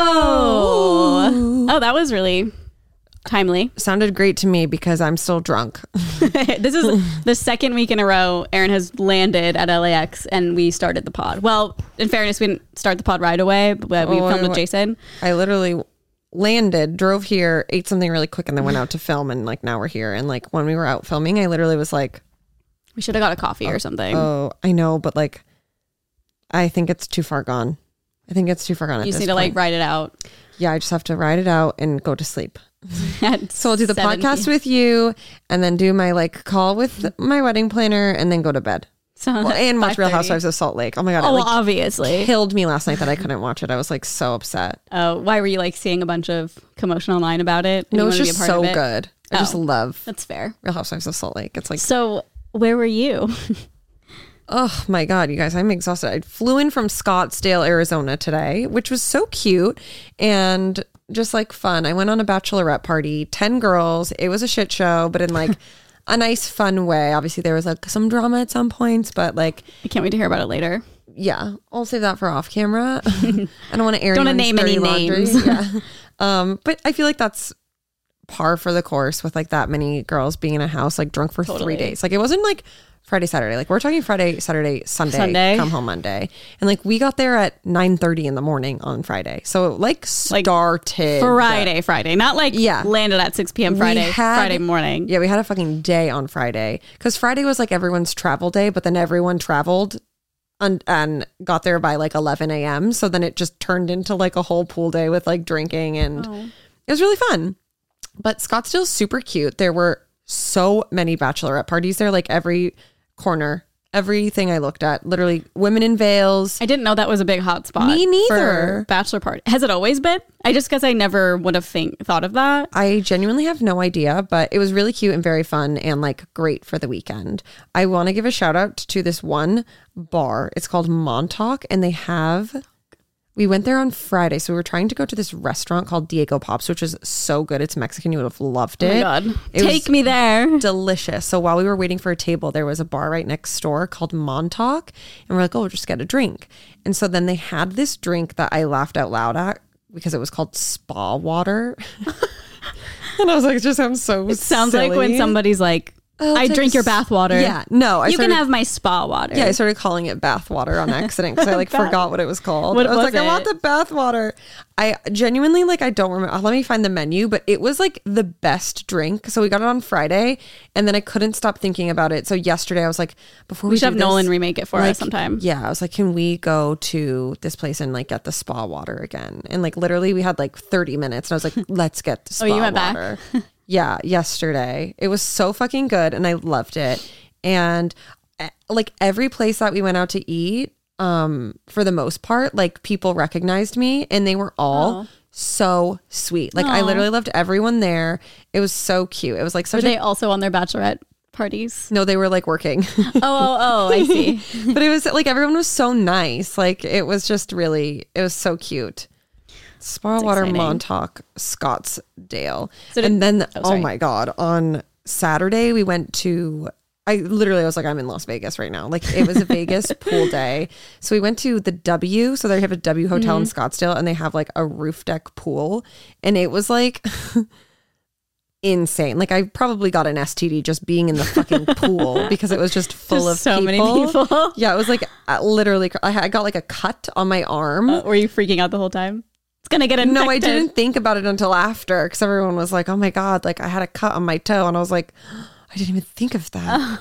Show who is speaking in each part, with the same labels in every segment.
Speaker 1: Hello.
Speaker 2: Oh, that was really timely.
Speaker 1: Sounded great to me because I'm still drunk.
Speaker 2: this is the second week in a row Aaron has landed at LAX and we started the pod. Well, in fairness, we didn't start the pod right away, but we
Speaker 1: Oh,
Speaker 2: filmed
Speaker 1: I-
Speaker 2: with Jason.
Speaker 1: I literally landed, drove here, ate something really quick, and then went out to film. And like now we're here. And like when we were out filming, I literally was like,
Speaker 2: We should have got a coffee or something.
Speaker 1: "Oh, I know, but like, I think it's too far gone. I think it's too far gone."
Speaker 2: you
Speaker 1: at
Speaker 2: just
Speaker 1: this
Speaker 2: need to like
Speaker 1: point.
Speaker 2: write it out.
Speaker 1: yeah, I just have to ride it out and go to sleep.
Speaker 2: At
Speaker 1: So I'll do the
Speaker 2: 7
Speaker 1: podcast with you, and then do my like call with my wedding planner, and then go to bed.
Speaker 2: So
Speaker 1: Well, and watch Real
Speaker 2: 5:30.
Speaker 1: Housewives of Salt Lake. Oh my god,
Speaker 2: Oh,
Speaker 1: it
Speaker 2: well,
Speaker 1: like
Speaker 2: obviously.
Speaker 1: killed me last night that I couldn't watch it. I was like so upset.
Speaker 2: Oh, why were you like seeing a bunch of commotion online about it? and
Speaker 1: No,
Speaker 2: you
Speaker 1: it's
Speaker 2: wanted to be
Speaker 1: just
Speaker 2: a part
Speaker 1: so
Speaker 2: of it?
Speaker 1: good. I just
Speaker 2: Oh.
Speaker 1: love
Speaker 2: That's fair.
Speaker 1: Real Housewives of Salt Lake. It's like,
Speaker 2: So where were you?
Speaker 1: oh my God, you guys, I'm exhausted. I flew in from Scottsdale, Arizona today, which was so cute and just like fun. I went on a bachelorette party, 10 girls. It was a shit show, but in like a nice, fun way. Obviously, there was like some drama at some points, but like,
Speaker 2: I can't wait to hear about it later.
Speaker 1: yeah, I'll save that for off camera. I don't want to air.
Speaker 2: Don't wanna
Speaker 1: anyone's
Speaker 2: name any
Speaker 1: dirty laundry.
Speaker 2: names.
Speaker 1: Yeah. um, but I feel like that's par for the course with like that many girls being in a house like drunk for
Speaker 2: Totally.
Speaker 1: three days. Like it wasn't like Friday, Saturday. Like we're talking Friday, Saturday, Sunday,
Speaker 2: Sunday.
Speaker 1: come home Monday, and like we got there at nine thirty in the morning on Friday. So like
Speaker 2: Like,
Speaker 1: started
Speaker 2: Friday, Friday, not like
Speaker 1: Yeah.
Speaker 2: landed at six p.m. Friday,
Speaker 1: had-
Speaker 2: Friday morning.
Speaker 1: Yeah, we had a fucking day on Friday because Friday was like everyone's travel day, but then everyone traveled and, and got there by like 11 a.m. So then it just turned into like a whole pool day with like drinking and it was really fun. But Scottsdale's super cute. There were so many bachelorette parties there, like every corner, everything I looked at, literally women in veils.
Speaker 2: I didn't know that was a big hot spot.
Speaker 1: Me neither.
Speaker 2: For bachelor party has it always been? I just guess I never would have think, thought of that.
Speaker 1: I genuinely have no idea, but it was really cute and very fun and like great for the weekend. I want to give a shout out to this one bar. It's called Montauk and they have we went there on Friday. So we were trying to go to this restaurant called Diego Pops, which is so good. It's Mexican. You would have loved
Speaker 2: Oh
Speaker 1: it.
Speaker 2: my god,
Speaker 1: It was-
Speaker 2: take me there.
Speaker 1: delicious. So while we were waiting for a table, there was a bar right next door called Montauk, and we're like, oh, we'll just get a drink. And so then they had this drink that I laughed out loud at because it was called spa water. and I was like, it just sounds so. It
Speaker 2: Sounds like when somebody's like, "I
Speaker 1: take
Speaker 2: drink
Speaker 1: a
Speaker 2: your
Speaker 1: s-
Speaker 2: bath water."
Speaker 1: Oh, Yeah, no, I
Speaker 2: you
Speaker 1: started,
Speaker 2: can have my spa water.
Speaker 1: Yeah, I started calling it bath water on accident because I like
Speaker 2: Bath-
Speaker 1: forgot what it was called.
Speaker 2: What
Speaker 1: I was,
Speaker 2: was
Speaker 1: like, I want the
Speaker 2: it?
Speaker 1: bath water. I genuinely like I don't remember. Let me find the menu, but it was like the best drink. So we got it on Friday, and then I couldn't stop thinking about it. So yesterday I was like, before we,
Speaker 2: we
Speaker 1: do
Speaker 2: should have
Speaker 1: this-
Speaker 2: Nolan remake it for
Speaker 1: like,
Speaker 2: us sometime.
Speaker 1: Yeah, I was like, can we go to this place and like get the spa water again? And like literally, we had like 30 minutes, and I was like, let's get the spa
Speaker 2: Oh, you went back?
Speaker 1: water. yeah, yesterday it was so fucking good, and I loved it. And eh, like every place that we went out to eat, um, for the most part, like people recognized me, and they were all. So sweet. Like, I
Speaker 2: Aw.
Speaker 1: literally loved everyone there. It was so cute. It was like
Speaker 2: Were
Speaker 1: such a.
Speaker 2: they also on their bachelorette parties?
Speaker 1: No, they were like working.
Speaker 2: oh, oh, oh! I see.
Speaker 1: but it was like everyone was so nice. Like it was just really, it was so cute. Sparwater
Speaker 2: exciting.
Speaker 1: Montauk, Scottsdale,
Speaker 2: So did-
Speaker 1: and then
Speaker 2: oh,
Speaker 1: oh,
Speaker 2: sorry.
Speaker 1: my god, on Saturday we went to. I literally was like, I'm in Las Vegas right now. Like it was a Vegas pool day, so we went to the W. So they have a W hotel in
Speaker 2: Mm-hmm.
Speaker 1: Scottsdale, and they have like a roof deck pool, and it was like. insane like i probably got an std just being in the fucking pool because it was just full
Speaker 2: Just
Speaker 1: of
Speaker 2: so many people.
Speaker 1: yeah, it was like uh, literally. cr- I, had, I got like a cut on my arm.
Speaker 2: Were you freaking out the whole time? It's gonna get infected.
Speaker 1: no, I didn't think about it until after because everyone was like, "Oh my god!" Like I had a cut on my toe, and I was like, "I didn't even think of that."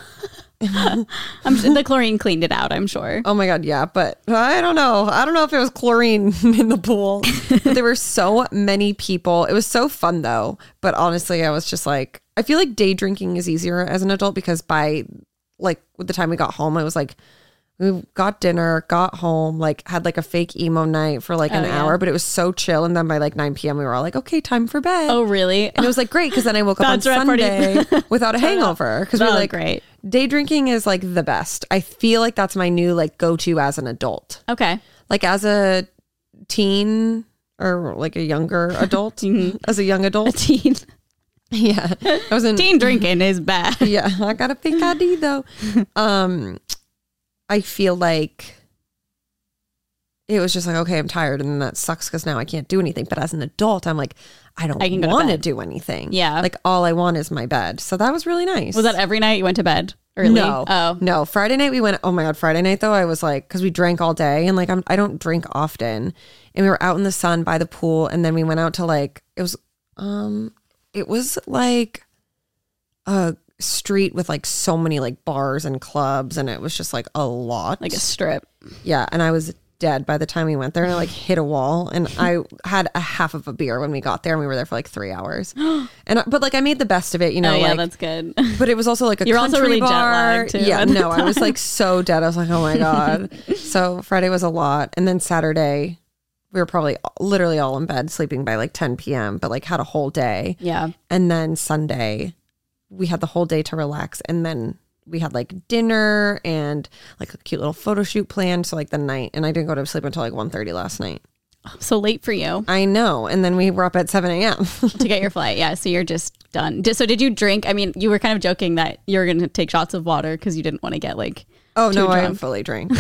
Speaker 2: I'm sure the chlorine cleaned it out. I'm sure.
Speaker 1: oh my god, yeah. But I don't know. I don't know if it was chlorine in the pool. but there were so many people. It was so fun though. But honestly, I was just like, I feel like day drinking is easier as an adult because by like with the time we got home, I was like. We got dinner, got home, like had like a fake emo night for like an
Speaker 2: Oh, yeah.
Speaker 1: hour, but it was so chill. And then by like 9 p.m., we were all like, okay, time for bed.
Speaker 2: Oh, really?
Speaker 1: And it was like great because then I woke up on
Speaker 2: Bachelorette party.
Speaker 1: Sunday without a hangover because we were
Speaker 2: Oh,
Speaker 1: like
Speaker 2: great.
Speaker 1: Day drinking is like the best. I feel like that's my new like go to as an adult.
Speaker 2: Okay.
Speaker 1: Like as a teen or like a younger adult,
Speaker 2: Mm-hmm.
Speaker 1: as a young adult.
Speaker 2: Teen
Speaker 1: Yeah, I was in.
Speaker 2: teen drinking is bad.
Speaker 1: Yeah, I got a fake ID though. Um, I feel like it was just like, okay, I'm tired. And that sucks because now I can't do anything. But as an adult, I'm like, I don't
Speaker 2: I can go to
Speaker 1: want to
Speaker 2: bed.
Speaker 1: do anything.
Speaker 2: Yeah.
Speaker 1: Like all I want is my bed. So that was really nice.
Speaker 2: Was that every night you went to bed early?
Speaker 1: No.
Speaker 2: Oh.
Speaker 1: No. Friday night we went, oh my God, Friday night though, I was like, because we drank all day and like I'm, I don't drink often. And we were out in the sun by the pool. And then we went out to like, it was, um, it was like a street with like so many like bars and clubs. And it was just like a lot.
Speaker 2: Like a strip.
Speaker 1: Yeah, and I was dead by the time we went there. And I like hit a wall, and I had a half of a beer when we got there, and we were there for like three hours. And I, but like I made the best of it, you know.
Speaker 2: oh, yeah,
Speaker 1: like,
Speaker 2: that's good.
Speaker 1: but it was also like a
Speaker 2: You're also
Speaker 1: country
Speaker 2: really jet
Speaker 1: bar.
Speaker 2: lagged, too,
Speaker 1: yeah,
Speaker 2: at the
Speaker 1: no, I was like so dead. I was like, oh my god. so Friday was a lot, and then Saturday we were probably literally all in bed sleeping by like 10 p.m. But like had a whole day,
Speaker 2: yeah.
Speaker 1: and then Sunday we had the whole day to relax and then we had like dinner and like a cute little photo shoot planned so like the night and I didn't go to sleep until like 1.30 last night.
Speaker 2: So late for you
Speaker 1: I know. And then we were up at 7 a.m.
Speaker 2: to get your flight. Yeah. So you're just done. Di- So did you drink? I mean, you were kind of joking that you were going to take shots of water because you didn't want to get like.
Speaker 1: oh no, I
Speaker 2: drunk.
Speaker 1: fully drank.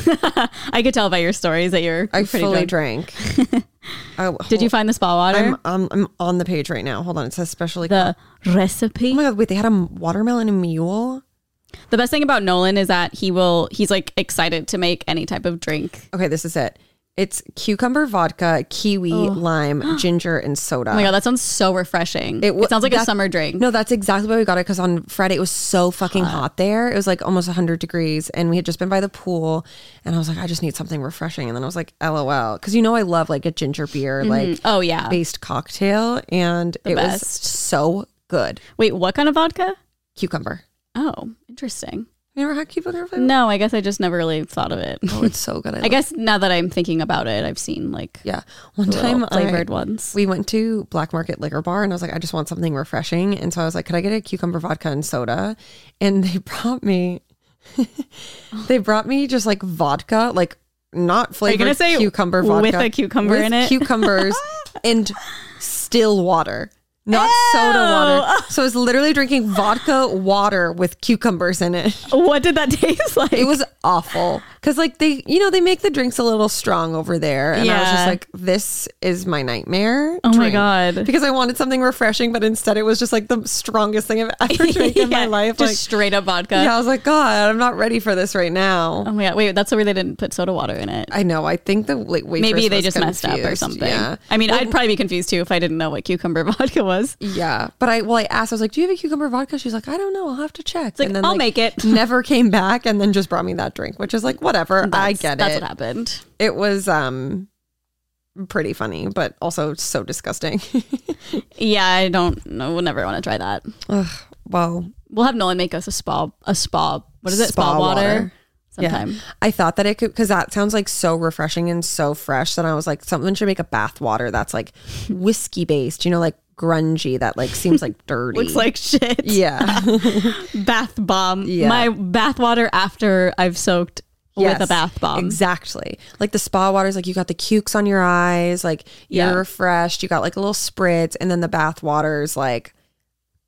Speaker 2: I could tell by your stories that you're
Speaker 1: I
Speaker 2: pretty
Speaker 1: fully
Speaker 2: drunk.
Speaker 1: drank. oh,
Speaker 2: Did you find the spa water?
Speaker 1: I'm, I'm, I'm on the page right now. Hold on. It says specially.
Speaker 2: the
Speaker 1: oh
Speaker 2: recipe.
Speaker 1: my God. Wait, they had a m- watermelon and mule?
Speaker 2: The best thing about Nolan is that he will. He's like excited to make any type of drink.
Speaker 1: Okay, this is it. It's cucumber vodka, kiwi, lime, ginger, and soda.
Speaker 2: Oh my god, that sounds so refreshing. It,
Speaker 1: It wa-
Speaker 2: sounds like a
Speaker 1: that-
Speaker 2: summer drink.
Speaker 1: No, that's exactly why we got it because on Friday it was so fucking hot there. It was like almost 100 degrees, and we had just been by the pool, and I was like, I just need something refreshing. And then I was like, LOL, because you know I love like a ginger beer, like
Speaker 2: Oh yeah.
Speaker 1: based cocktail, and it was
Speaker 2: best.
Speaker 1: so good.
Speaker 2: Wait, what kind of vodka?
Speaker 1: Cucumber.
Speaker 2: Oh, interesting.
Speaker 1: You never had cucumber? flavor?
Speaker 2: No, I guess I just never really thought of it.
Speaker 1: Oh, it's so good. I,
Speaker 2: I
Speaker 1: love-
Speaker 2: guess now that I'm thinking about it, I've seen like
Speaker 1: yeah. One
Speaker 2: little
Speaker 1: time I,
Speaker 2: flavored ones.
Speaker 1: we went to Black Market Liquor Bar, and I was like, I just want something refreshing. And so I was like, Could I get a cucumber vodka and soda? And they brought me, they brought me just like vodka, like not
Speaker 2: you gonna
Speaker 1: flavored
Speaker 2: say
Speaker 1: cucumber vodka
Speaker 2: with a cucumber
Speaker 1: with
Speaker 2: in it?
Speaker 1: cucumbers and still water. Not soda water. So I was literally drinking vodka water with cucumbers in it.
Speaker 2: What did that taste like?
Speaker 1: It was awful because, like, they, you know, they make the drinks a little strong over there, and I was
Speaker 2: Yeah.
Speaker 1: just like, "This is my nightmare."
Speaker 2: Oh my
Speaker 1: drink.
Speaker 2: God.
Speaker 1: Because I wanted something refreshing, but instead it was just like the strongest thing I've ever drank in my
Speaker 2: Yeah,
Speaker 1: life.
Speaker 2: Just
Speaker 1: Like,
Speaker 2: straight up vodka.
Speaker 1: yeah, I was like, "God, I'm not ready for this right now."
Speaker 2: Oh my god. Wait, that's where they didn't put soda water in it.
Speaker 1: I know. I think the like, waitress
Speaker 2: Maybe they
Speaker 1: was
Speaker 2: just messed up or
Speaker 1: confused.
Speaker 2: something.
Speaker 1: Yeah,
Speaker 2: I mean, I'd probably be confused too if I didn't know what cucumber vodka was.
Speaker 1: yeah. But I, well, I asked. I was like, "Do you have a cucumber vodka?" She's like, "I don't know. I'll have to check."
Speaker 2: like, "I'll make it."
Speaker 1: Never came back, and then just brought me that drink, which is like, whatever. I
Speaker 2: That's-
Speaker 1: get
Speaker 2: That's
Speaker 1: it.
Speaker 2: what happened.
Speaker 1: it was um pretty funny but also so disgusting
Speaker 2: Yeah, I don't know. We'll never want to try that.
Speaker 1: Ugh, well
Speaker 2: We'll have Nolan make us a spa, a spa. What is it? Spa,
Speaker 1: Spa
Speaker 2: water.
Speaker 1: water.
Speaker 2: Sometime.
Speaker 1: i thought that it could because that sounds like so refreshing and so fresh that i was like someone should make a bath water that's like whiskey based you know like grungy that like seems like dirty
Speaker 2: Looks like shit.
Speaker 1: yeah
Speaker 2: Bath bomb.
Speaker 1: Yeah.
Speaker 2: My bath water after I've soaked
Speaker 1: Yes,
Speaker 2: with a bath bomb.
Speaker 1: exactly like the spa water is like you got the cukes on your eyes like you're
Speaker 2: Yeah.
Speaker 1: refreshed you got like a little spritz and then the bath water is like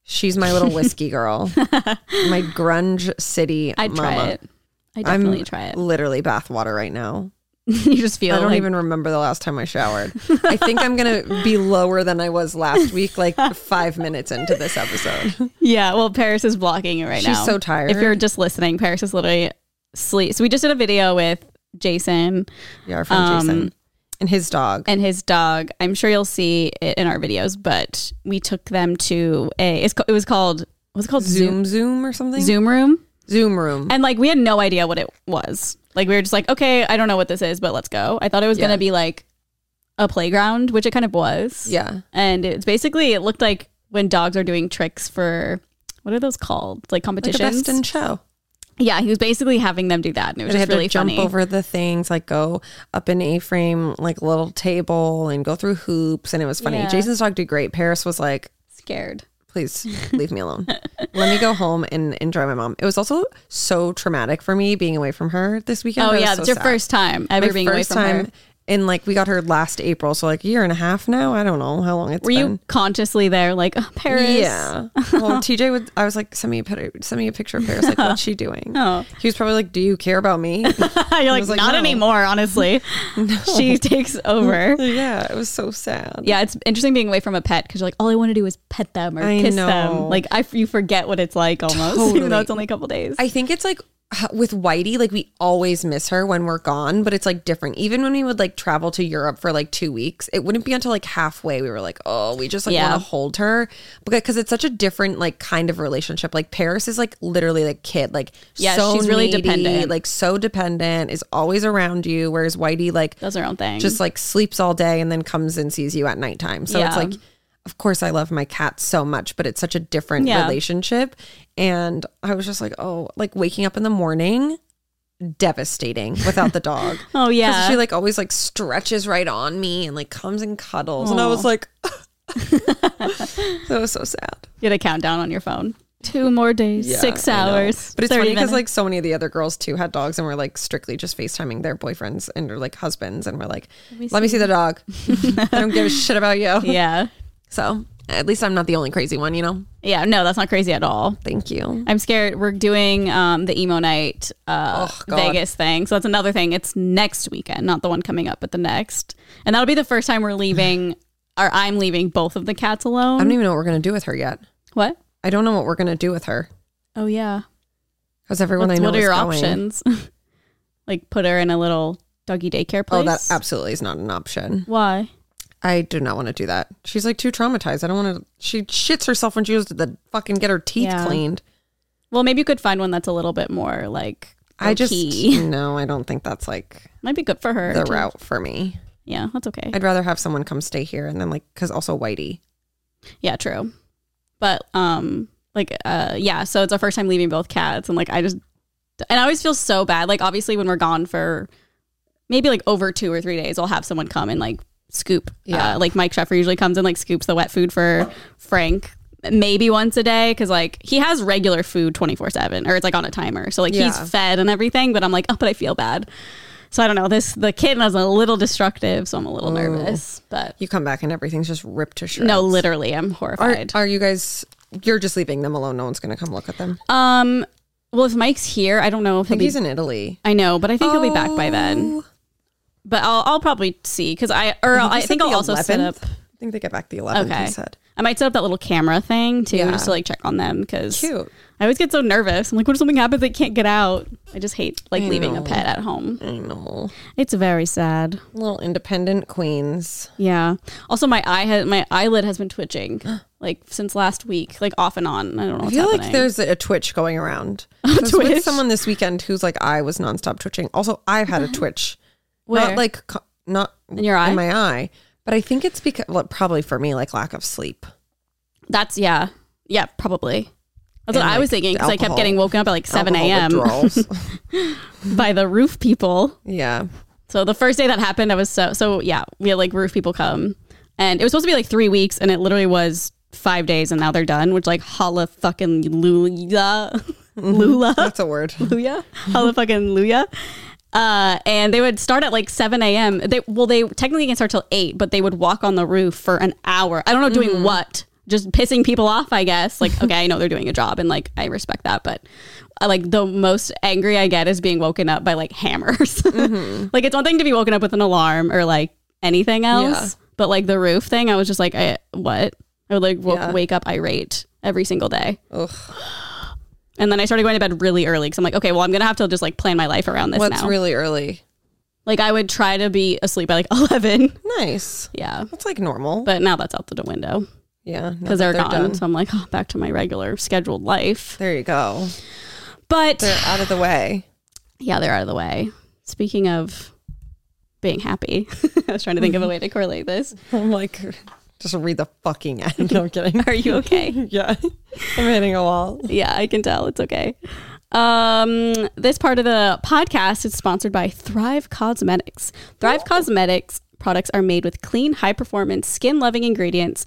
Speaker 1: she's my little whiskey girl my grunge city
Speaker 2: I'd
Speaker 1: mama.
Speaker 2: try it. I definitely try it.
Speaker 1: literally bathwater right now.
Speaker 2: you just feel
Speaker 1: I don't
Speaker 2: like
Speaker 1: even remember the last time I showered. I think I'm gonna be lower than I was last week, like five minutes into this episode.
Speaker 2: Yeah, well, Paris is blocking it right now.
Speaker 1: She's so tired.
Speaker 2: If you're just listening, Paris is literally sleep. So we just did a video with Jason
Speaker 1: Yeah, our friend
Speaker 2: Um,
Speaker 1: Jason and his dog.
Speaker 2: and his dog. I'm sure you'll see it in our videos, but we took them to a. It's, ca- it was called was it called
Speaker 1: Zoom, Zoom, or something.
Speaker 2: Zoom Zoom room,
Speaker 1: Zoom room.
Speaker 2: and like we had no idea what it was. Like we were just like, okay, I don't know what this is, but let's go. I thought it was
Speaker 1: Yeah.
Speaker 2: gonna be like a playground, which it kind of was.
Speaker 1: yeah,
Speaker 2: and it's basically it looked like when dogs are doing tricks for. What are those called? Like
Speaker 1: like a
Speaker 2: competitions?
Speaker 1: best in show.
Speaker 2: Yeah, he was basically having them do that, and it was
Speaker 1: They
Speaker 2: just
Speaker 1: had
Speaker 2: really
Speaker 1: to jump
Speaker 2: funny.
Speaker 1: over the things, like go up an A-frame, like little table, and go through hoops, and it was funny.
Speaker 2: Yeah.
Speaker 1: Jason's dog did great. Paris was like,
Speaker 2: Scared.
Speaker 1: please leave me alone. Let me go home and enjoy my mom. It was also so traumatic for me being away from her this weekend.
Speaker 2: Oh
Speaker 1: I was
Speaker 2: yeah,
Speaker 1: so
Speaker 2: it's your
Speaker 1: sad.
Speaker 2: first time ever
Speaker 1: my
Speaker 2: being away
Speaker 1: first
Speaker 2: from
Speaker 1: time
Speaker 2: her.
Speaker 1: in like we got her last April, so like a year and a half now. I don't know how long it's
Speaker 2: Were
Speaker 1: been.
Speaker 2: you consciously there, like oh, Paris?
Speaker 1: Yeah. Well, TJ would. I was like, send me a picture. Send me a picture of Paris. Like, what's she doing?
Speaker 2: Oh.
Speaker 1: He was probably like, do you care about me?
Speaker 2: You're like,
Speaker 1: was like,
Speaker 2: not
Speaker 1: no.
Speaker 2: anymore, honestly. She takes over.
Speaker 1: yeah. It was so sad.
Speaker 2: Yeah, it's interesting being away from a pet because you're like, all I want to do is pet them or
Speaker 1: I
Speaker 2: kiss
Speaker 1: know.
Speaker 2: them. Like, I you forget what it's like almost, even though
Speaker 1: Totally.
Speaker 2: it's only a couple days.
Speaker 1: I think it's like with Whitey, like we always miss her when we're gone, but it's like different. Even when we would like travel to Europe for like two weeks, it wouldn't be until like halfway we were like, oh, we just like
Speaker 2: Yeah.
Speaker 1: want to hold her because it's such a different like kind of relationship. Like Paris is like literally like kid, like
Speaker 2: Yeah, she's really dependent.
Speaker 1: like so dependent, is always around you. Whereas Whitey, like
Speaker 2: Does her own thing.
Speaker 1: just like sleeps all day and then comes and sees you at nighttime. So it's
Speaker 2: Yeah.
Speaker 1: like, of course, I love my cat so much, but it's such a different
Speaker 2: Yeah.
Speaker 1: relationship. And I was just like, oh, like waking up in the morning, devastating without the dog.
Speaker 2: oh
Speaker 1: 'Cause
Speaker 2: yeah,
Speaker 1: She like always like stretches right on me and like comes and cuddles. And I was like, that was so sad.
Speaker 2: you had a countdown on your phone. Two more days,
Speaker 1: Yeah,
Speaker 2: six
Speaker 1: I know.
Speaker 2: hours.
Speaker 1: But it's
Speaker 2: 30
Speaker 1: funny because
Speaker 2: minutes.
Speaker 1: like so many of the other girls too had dogs and were like strictly just FaceTiming their boyfriends and their like husbands and were like, let me see, the dog. I don't give a shit about you.
Speaker 2: yeah,
Speaker 1: So at least I'm not the only crazy one, you know?
Speaker 2: yeah. No, that's not crazy at all.
Speaker 1: Thank you.
Speaker 2: I'm scared. We're doing um, the emo night uh,
Speaker 1: Oh, God.
Speaker 2: Vegas thing, so that's another thing. It's next weekend, not the one coming up, but the next, and that'll be the first time we're leaving, or I'm leaving both of the cats
Speaker 1: I
Speaker 2: alone.
Speaker 1: don't even know what we're going to do with her yet.
Speaker 2: what?
Speaker 1: I don't know what we're going to do with her
Speaker 2: Oh yeah.
Speaker 1: because everyone
Speaker 2: What's-
Speaker 1: I know
Speaker 2: what are
Speaker 1: is
Speaker 2: your
Speaker 1: going.
Speaker 2: options? like put her in a little doggy daycare place.
Speaker 1: Oh, that absolutely is not an option.
Speaker 2: Why?
Speaker 1: I do not want to do that. She's like too traumatized. I don't want to. She shits herself when she goes to the fucking get her teeth
Speaker 2: Yeah.
Speaker 1: cleaned.
Speaker 2: Well, maybe you could find one that's a little bit more like.
Speaker 1: I just
Speaker 2: low-key.
Speaker 1: no. I don't think that's like
Speaker 2: might be good for her.
Speaker 1: the
Speaker 2: too.
Speaker 1: route for me.
Speaker 2: Yeah, that's okay.
Speaker 1: I'd rather have someone come stay here and then like because also Whitey.
Speaker 2: yeah, true. But um, like uh, yeah. So it's our first time leaving both cats, and like I just, and I always feel so bad. Like obviously when we're gone for maybe like over two or three days, I'll have someone come and like scoop.
Speaker 1: Yeah.
Speaker 2: Uh, like Mike Sheffer usually comes and like scoops the wet food for Frank maybe once a day because like he has regular food 24 7 or it's like on a timer so like
Speaker 1: Yeah.
Speaker 2: he's fed and everything but i'm like oh but i feel bad so i don't know this the kitten is a little destructive so i'm a little nervous but
Speaker 1: You come back and everything's just ripped to shreds.
Speaker 2: no literally i'm
Speaker 1: Are,
Speaker 2: horrified
Speaker 1: are you guys? You're just leaving them alone. No one's going to come look at them.
Speaker 2: Um. Well, if Mike's here, I don't know if
Speaker 1: I
Speaker 2: he'll
Speaker 1: think
Speaker 2: be.
Speaker 1: he's in Italy.
Speaker 2: I know, but I think he'll be back by then.
Speaker 1: Oh.
Speaker 2: But I'll I'll probably see because I or I'll, I
Speaker 1: He said
Speaker 2: think I'll
Speaker 1: the
Speaker 2: also set
Speaker 1: 11th.
Speaker 2: up.
Speaker 1: I think they get back the 11th.
Speaker 2: Okay.
Speaker 1: He said.
Speaker 2: I might set up that little camera thing too,
Speaker 1: Yeah.
Speaker 2: just to like check on them because
Speaker 1: Cute.
Speaker 2: I always get so nervous. I'm like, what if something happens? They can't get out. I just hate like leaving a
Speaker 1: know.
Speaker 2: pet at home.
Speaker 1: I know.
Speaker 2: It's very sad.
Speaker 1: Little independent queens.
Speaker 2: Yeah. Also, my eye has my eyelid has been twitching like since last week, like off and on. I don't know.
Speaker 1: I
Speaker 2: What's
Speaker 1: feel
Speaker 2: happening.
Speaker 1: like there's a twitch going around. I was
Speaker 2: twitch?
Speaker 1: with someone this weekend who's like, I was nonstop twitching. Also, I've had a twitch.
Speaker 2: Where?
Speaker 1: Not like, co- not
Speaker 2: In your eye?
Speaker 1: In my eye. But I think it's because, well, probably for me, like lack of sleep.
Speaker 2: That's yeah, yeah, probably. That's what
Speaker 1: And,
Speaker 2: I was
Speaker 1: like,
Speaker 2: thinking because I kept
Speaker 1: alcohol-
Speaker 2: getting woken up at like seven
Speaker 1: Alcohol
Speaker 2: a.m.
Speaker 1: withdrawals.
Speaker 2: by the roof people.
Speaker 1: yeah.
Speaker 2: So the first day that happened, I was so so yeah. We had like roof people come, and it was supposed to be like three weeks, and it literally was five days, and now they're done. Which like holla fucking lula, lula,
Speaker 1: That's a word.
Speaker 2: luya, holla fucking luya. Uh, and they would start at like 7 a.m. They well, they technically can start till eight, but they would walk on the roof for an hour. I don't know doing what, just pissing people off, I guess. Like, okay, I know they're doing a job, and like I respect that, but I, like the most angry I get is being woken up by like hammers. like it's one thing to be woken up with an alarm or like anything else, but like the roof thing, I was just like, I, what? I would like w-
Speaker 1: Yeah.
Speaker 2: wake up irate every single day.
Speaker 1: Ugh.
Speaker 2: And then I started going to bed really early because I'm like, okay, well, I'm gonna have to just like plan my life around this
Speaker 1: What's
Speaker 2: now.
Speaker 1: really early?
Speaker 2: Like I would try to be asleep by like eleven.
Speaker 1: Nice.
Speaker 2: Yeah.
Speaker 1: That's like normal.
Speaker 2: But now that's out the window
Speaker 1: yeah. now that
Speaker 2: because they're, gone.
Speaker 1: done.
Speaker 2: So I'm like, oh, back to my regular scheduled life.
Speaker 1: There you go.
Speaker 2: But
Speaker 1: They're out of the way.
Speaker 2: yeah, they're out of the way. Speaking of being happy, I was trying to think of a way to correlate this.
Speaker 1: I'm like, just read the fucking end. No, I'm kidding.
Speaker 2: Are you okay?
Speaker 1: yeah, I'm hitting a wall.
Speaker 2: yeah, I can tell. It's okay. Um, this part of the podcast is sponsored by Thrive Cosmetics. Thrive Cosmetics products are made with clean, high performance, skin loving ingredients.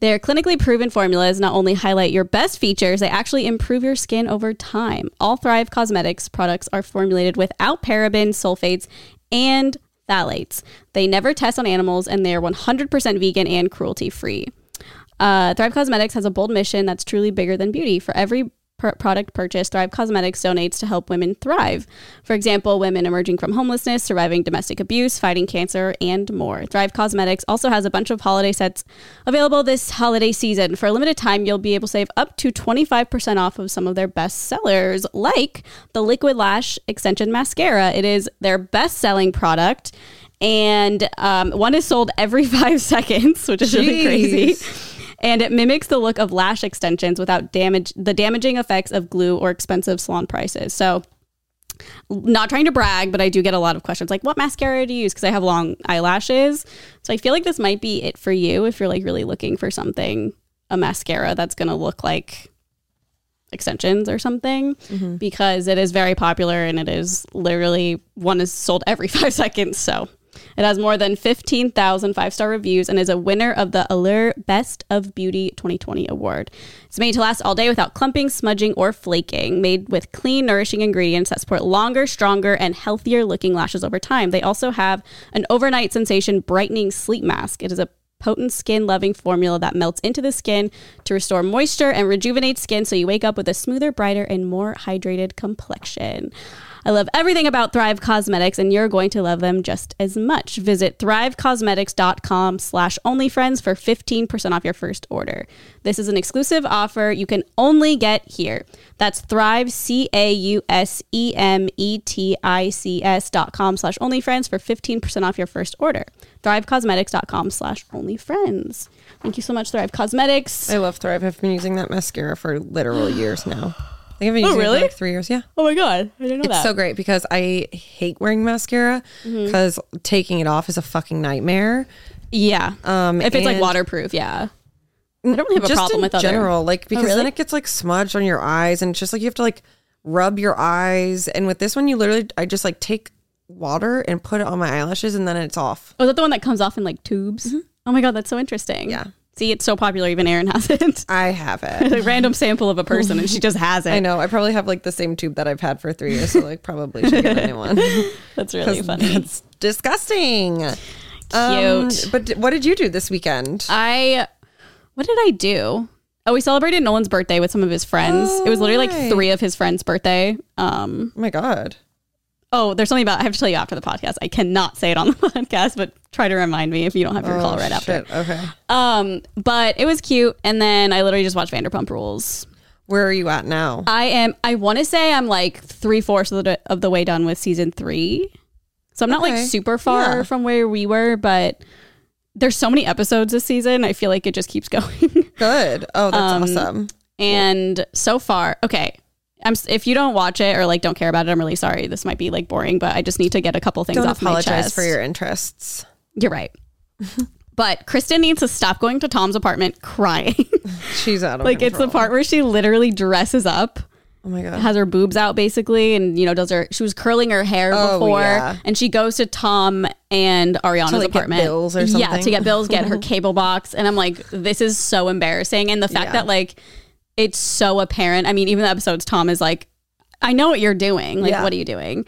Speaker 2: Their clinically proven formulas not only highlight your best features, they actually improve your skin over time. All Thrive Cosmetics products are formulated without parabens, sulfates, and phthalates. They never test on animals and they are 100% vegan and cruelty free. Uh, Thrive Cosmetics has a bold mission that's truly bigger than beauty. For every pr- product purchased, Thrive Cosmetics donates to help women thrive. For example, women emerging from homelessness, surviving domestic abuse, fighting cancer, and more. Thrive Cosmetics also has a bunch of holiday sets available this holiday season. For a limited time, you'll be able to save up to 25% off of some of their best sellers, like the Liquid Lash Extension Mascara. It is their best selling product. And um, one is sold every five seconds, which is really
Speaker 1: Jeez.
Speaker 2: crazy and it mimics the look of lash extensions without damage the damaging effects of glue or expensive salon prices. So not trying to brag, but I do get a lot of questions like what mascara do you use because I have long eyelashes. So I feel like this might be it for you if you're like really looking for something a mascara that's going to look like extensions or something because it is very popular and it is literally one is sold every 5 seconds so it has more than 15,000 five-star reviews and is a winner of the Allure Best of Beauty 2020 award. It's made to last all day without clumping, smudging, or flaking. Made with clean, nourishing ingredients that support longer, stronger, and healthier looking lashes over time. They also have an overnight sensation brightening sleep mask. It is a potent skin loving formula that melts into the skin to restore moisture and rejuvenate skin so you wake up with a smoother, brighter, and more hydrated complexion. I love everything about Thrive Cosmetics and you're going to love them just as much. Visit thrivecosmetics.com slash onlyfriends for 15% off your first order. This is an exclusive offer you can only get here. That's thrive, E C-A-U-S-E-M-E-T-I-C-S dot com slash onlyfriends for 15% off your first order. thrivecosmetics.com slash onlyfriends. Thank you so much, Thrive Cosmetics.
Speaker 1: I love Thrive. I've been using that mascara for literal years now. I think I've been using it
Speaker 2: really?
Speaker 1: for like three years. Yeah.
Speaker 2: Oh my God, I didn't know
Speaker 1: It's
Speaker 2: that.
Speaker 1: so great because I hate wearing mascara because taking it off is a fucking nightmare.
Speaker 2: yeah.
Speaker 1: Um,
Speaker 2: if it's like
Speaker 1: and Mm,
Speaker 2: waterproof, yeah. I don't really have a
Speaker 1: just
Speaker 2: problem
Speaker 1: in
Speaker 2: with other.
Speaker 1: general, like because then
Speaker 2: really?
Speaker 1: it gets like smudged on your eyes, and it's just like you have to like rub your eyes. And with this one, you literally, I just like take water and put it on my eyelashes, and then it's off.
Speaker 2: Oh, is that the one that comes off in like tubes? Oh my god, that's so interesting.
Speaker 1: Mm-hmm. Yeah.
Speaker 2: See, it's so popular. Even Erin has it.
Speaker 1: I have it.
Speaker 2: a random sample of a person, and she just has
Speaker 1: I
Speaker 2: it.
Speaker 1: know. I probably have like the same tube that I've had for three years, so like probably should get a new one.
Speaker 2: That's really funny.
Speaker 1: That's disgusting. Cute.
Speaker 2: Cute. Uh,
Speaker 1: but d- what did you do this weekend?
Speaker 2: I, what did I do? Oh, we celebrated Nolan's birthday with some of his friends. it was literally
Speaker 1: right.
Speaker 2: like three of his friends' birthday. Um.
Speaker 1: oh my god.
Speaker 2: Oh, there's something about I have to tell you after the podcast. I cannot say it on the podcast, but try to remind me if you don't have your call right after.
Speaker 1: Oh, Shit. Okay.
Speaker 2: Um. But it was cute, and then I literally just watched Vanderpump Rules.
Speaker 1: Where are you at now?
Speaker 2: I am. I want to say I'm like three fourths of the of the way done with season three, so I'm not
Speaker 1: Okay.
Speaker 2: like super far
Speaker 1: Yeah.
Speaker 2: from where we were. But there's so many episodes this season. I feel like it just keeps going,
Speaker 1: Good. Oh, that's
Speaker 2: Um,
Speaker 1: awesome.
Speaker 2: and so far, okay. I'm. s- If you don't watch it or like don't care about it, I'm really sorry. This might be like boring, but I just need to get a couple things
Speaker 1: Don't
Speaker 2: off my
Speaker 1: apologize
Speaker 2: chest.
Speaker 1: for your interests.
Speaker 2: You're right. but Kristen needs to stop going to Tom's apartment crying.
Speaker 1: She's out of
Speaker 2: like it's the
Speaker 1: control.
Speaker 2: part where she literally dresses up.
Speaker 1: Oh my god.
Speaker 2: has her boobs out basically and you know does her she was curling her hair
Speaker 1: Oh,
Speaker 2: before
Speaker 1: yeah.
Speaker 2: and she goes to tom and ariana's
Speaker 1: To, like, get
Speaker 2: apartment
Speaker 1: bills or
Speaker 2: yeah to
Speaker 1: something.
Speaker 2: get bills get her cable box and i'm like this is so embarrassing and the fact
Speaker 1: Yeah.
Speaker 2: that like it's so apparent i mean even the episodes tom is like i know what you're doing like
Speaker 1: Yeah.
Speaker 2: what are you doing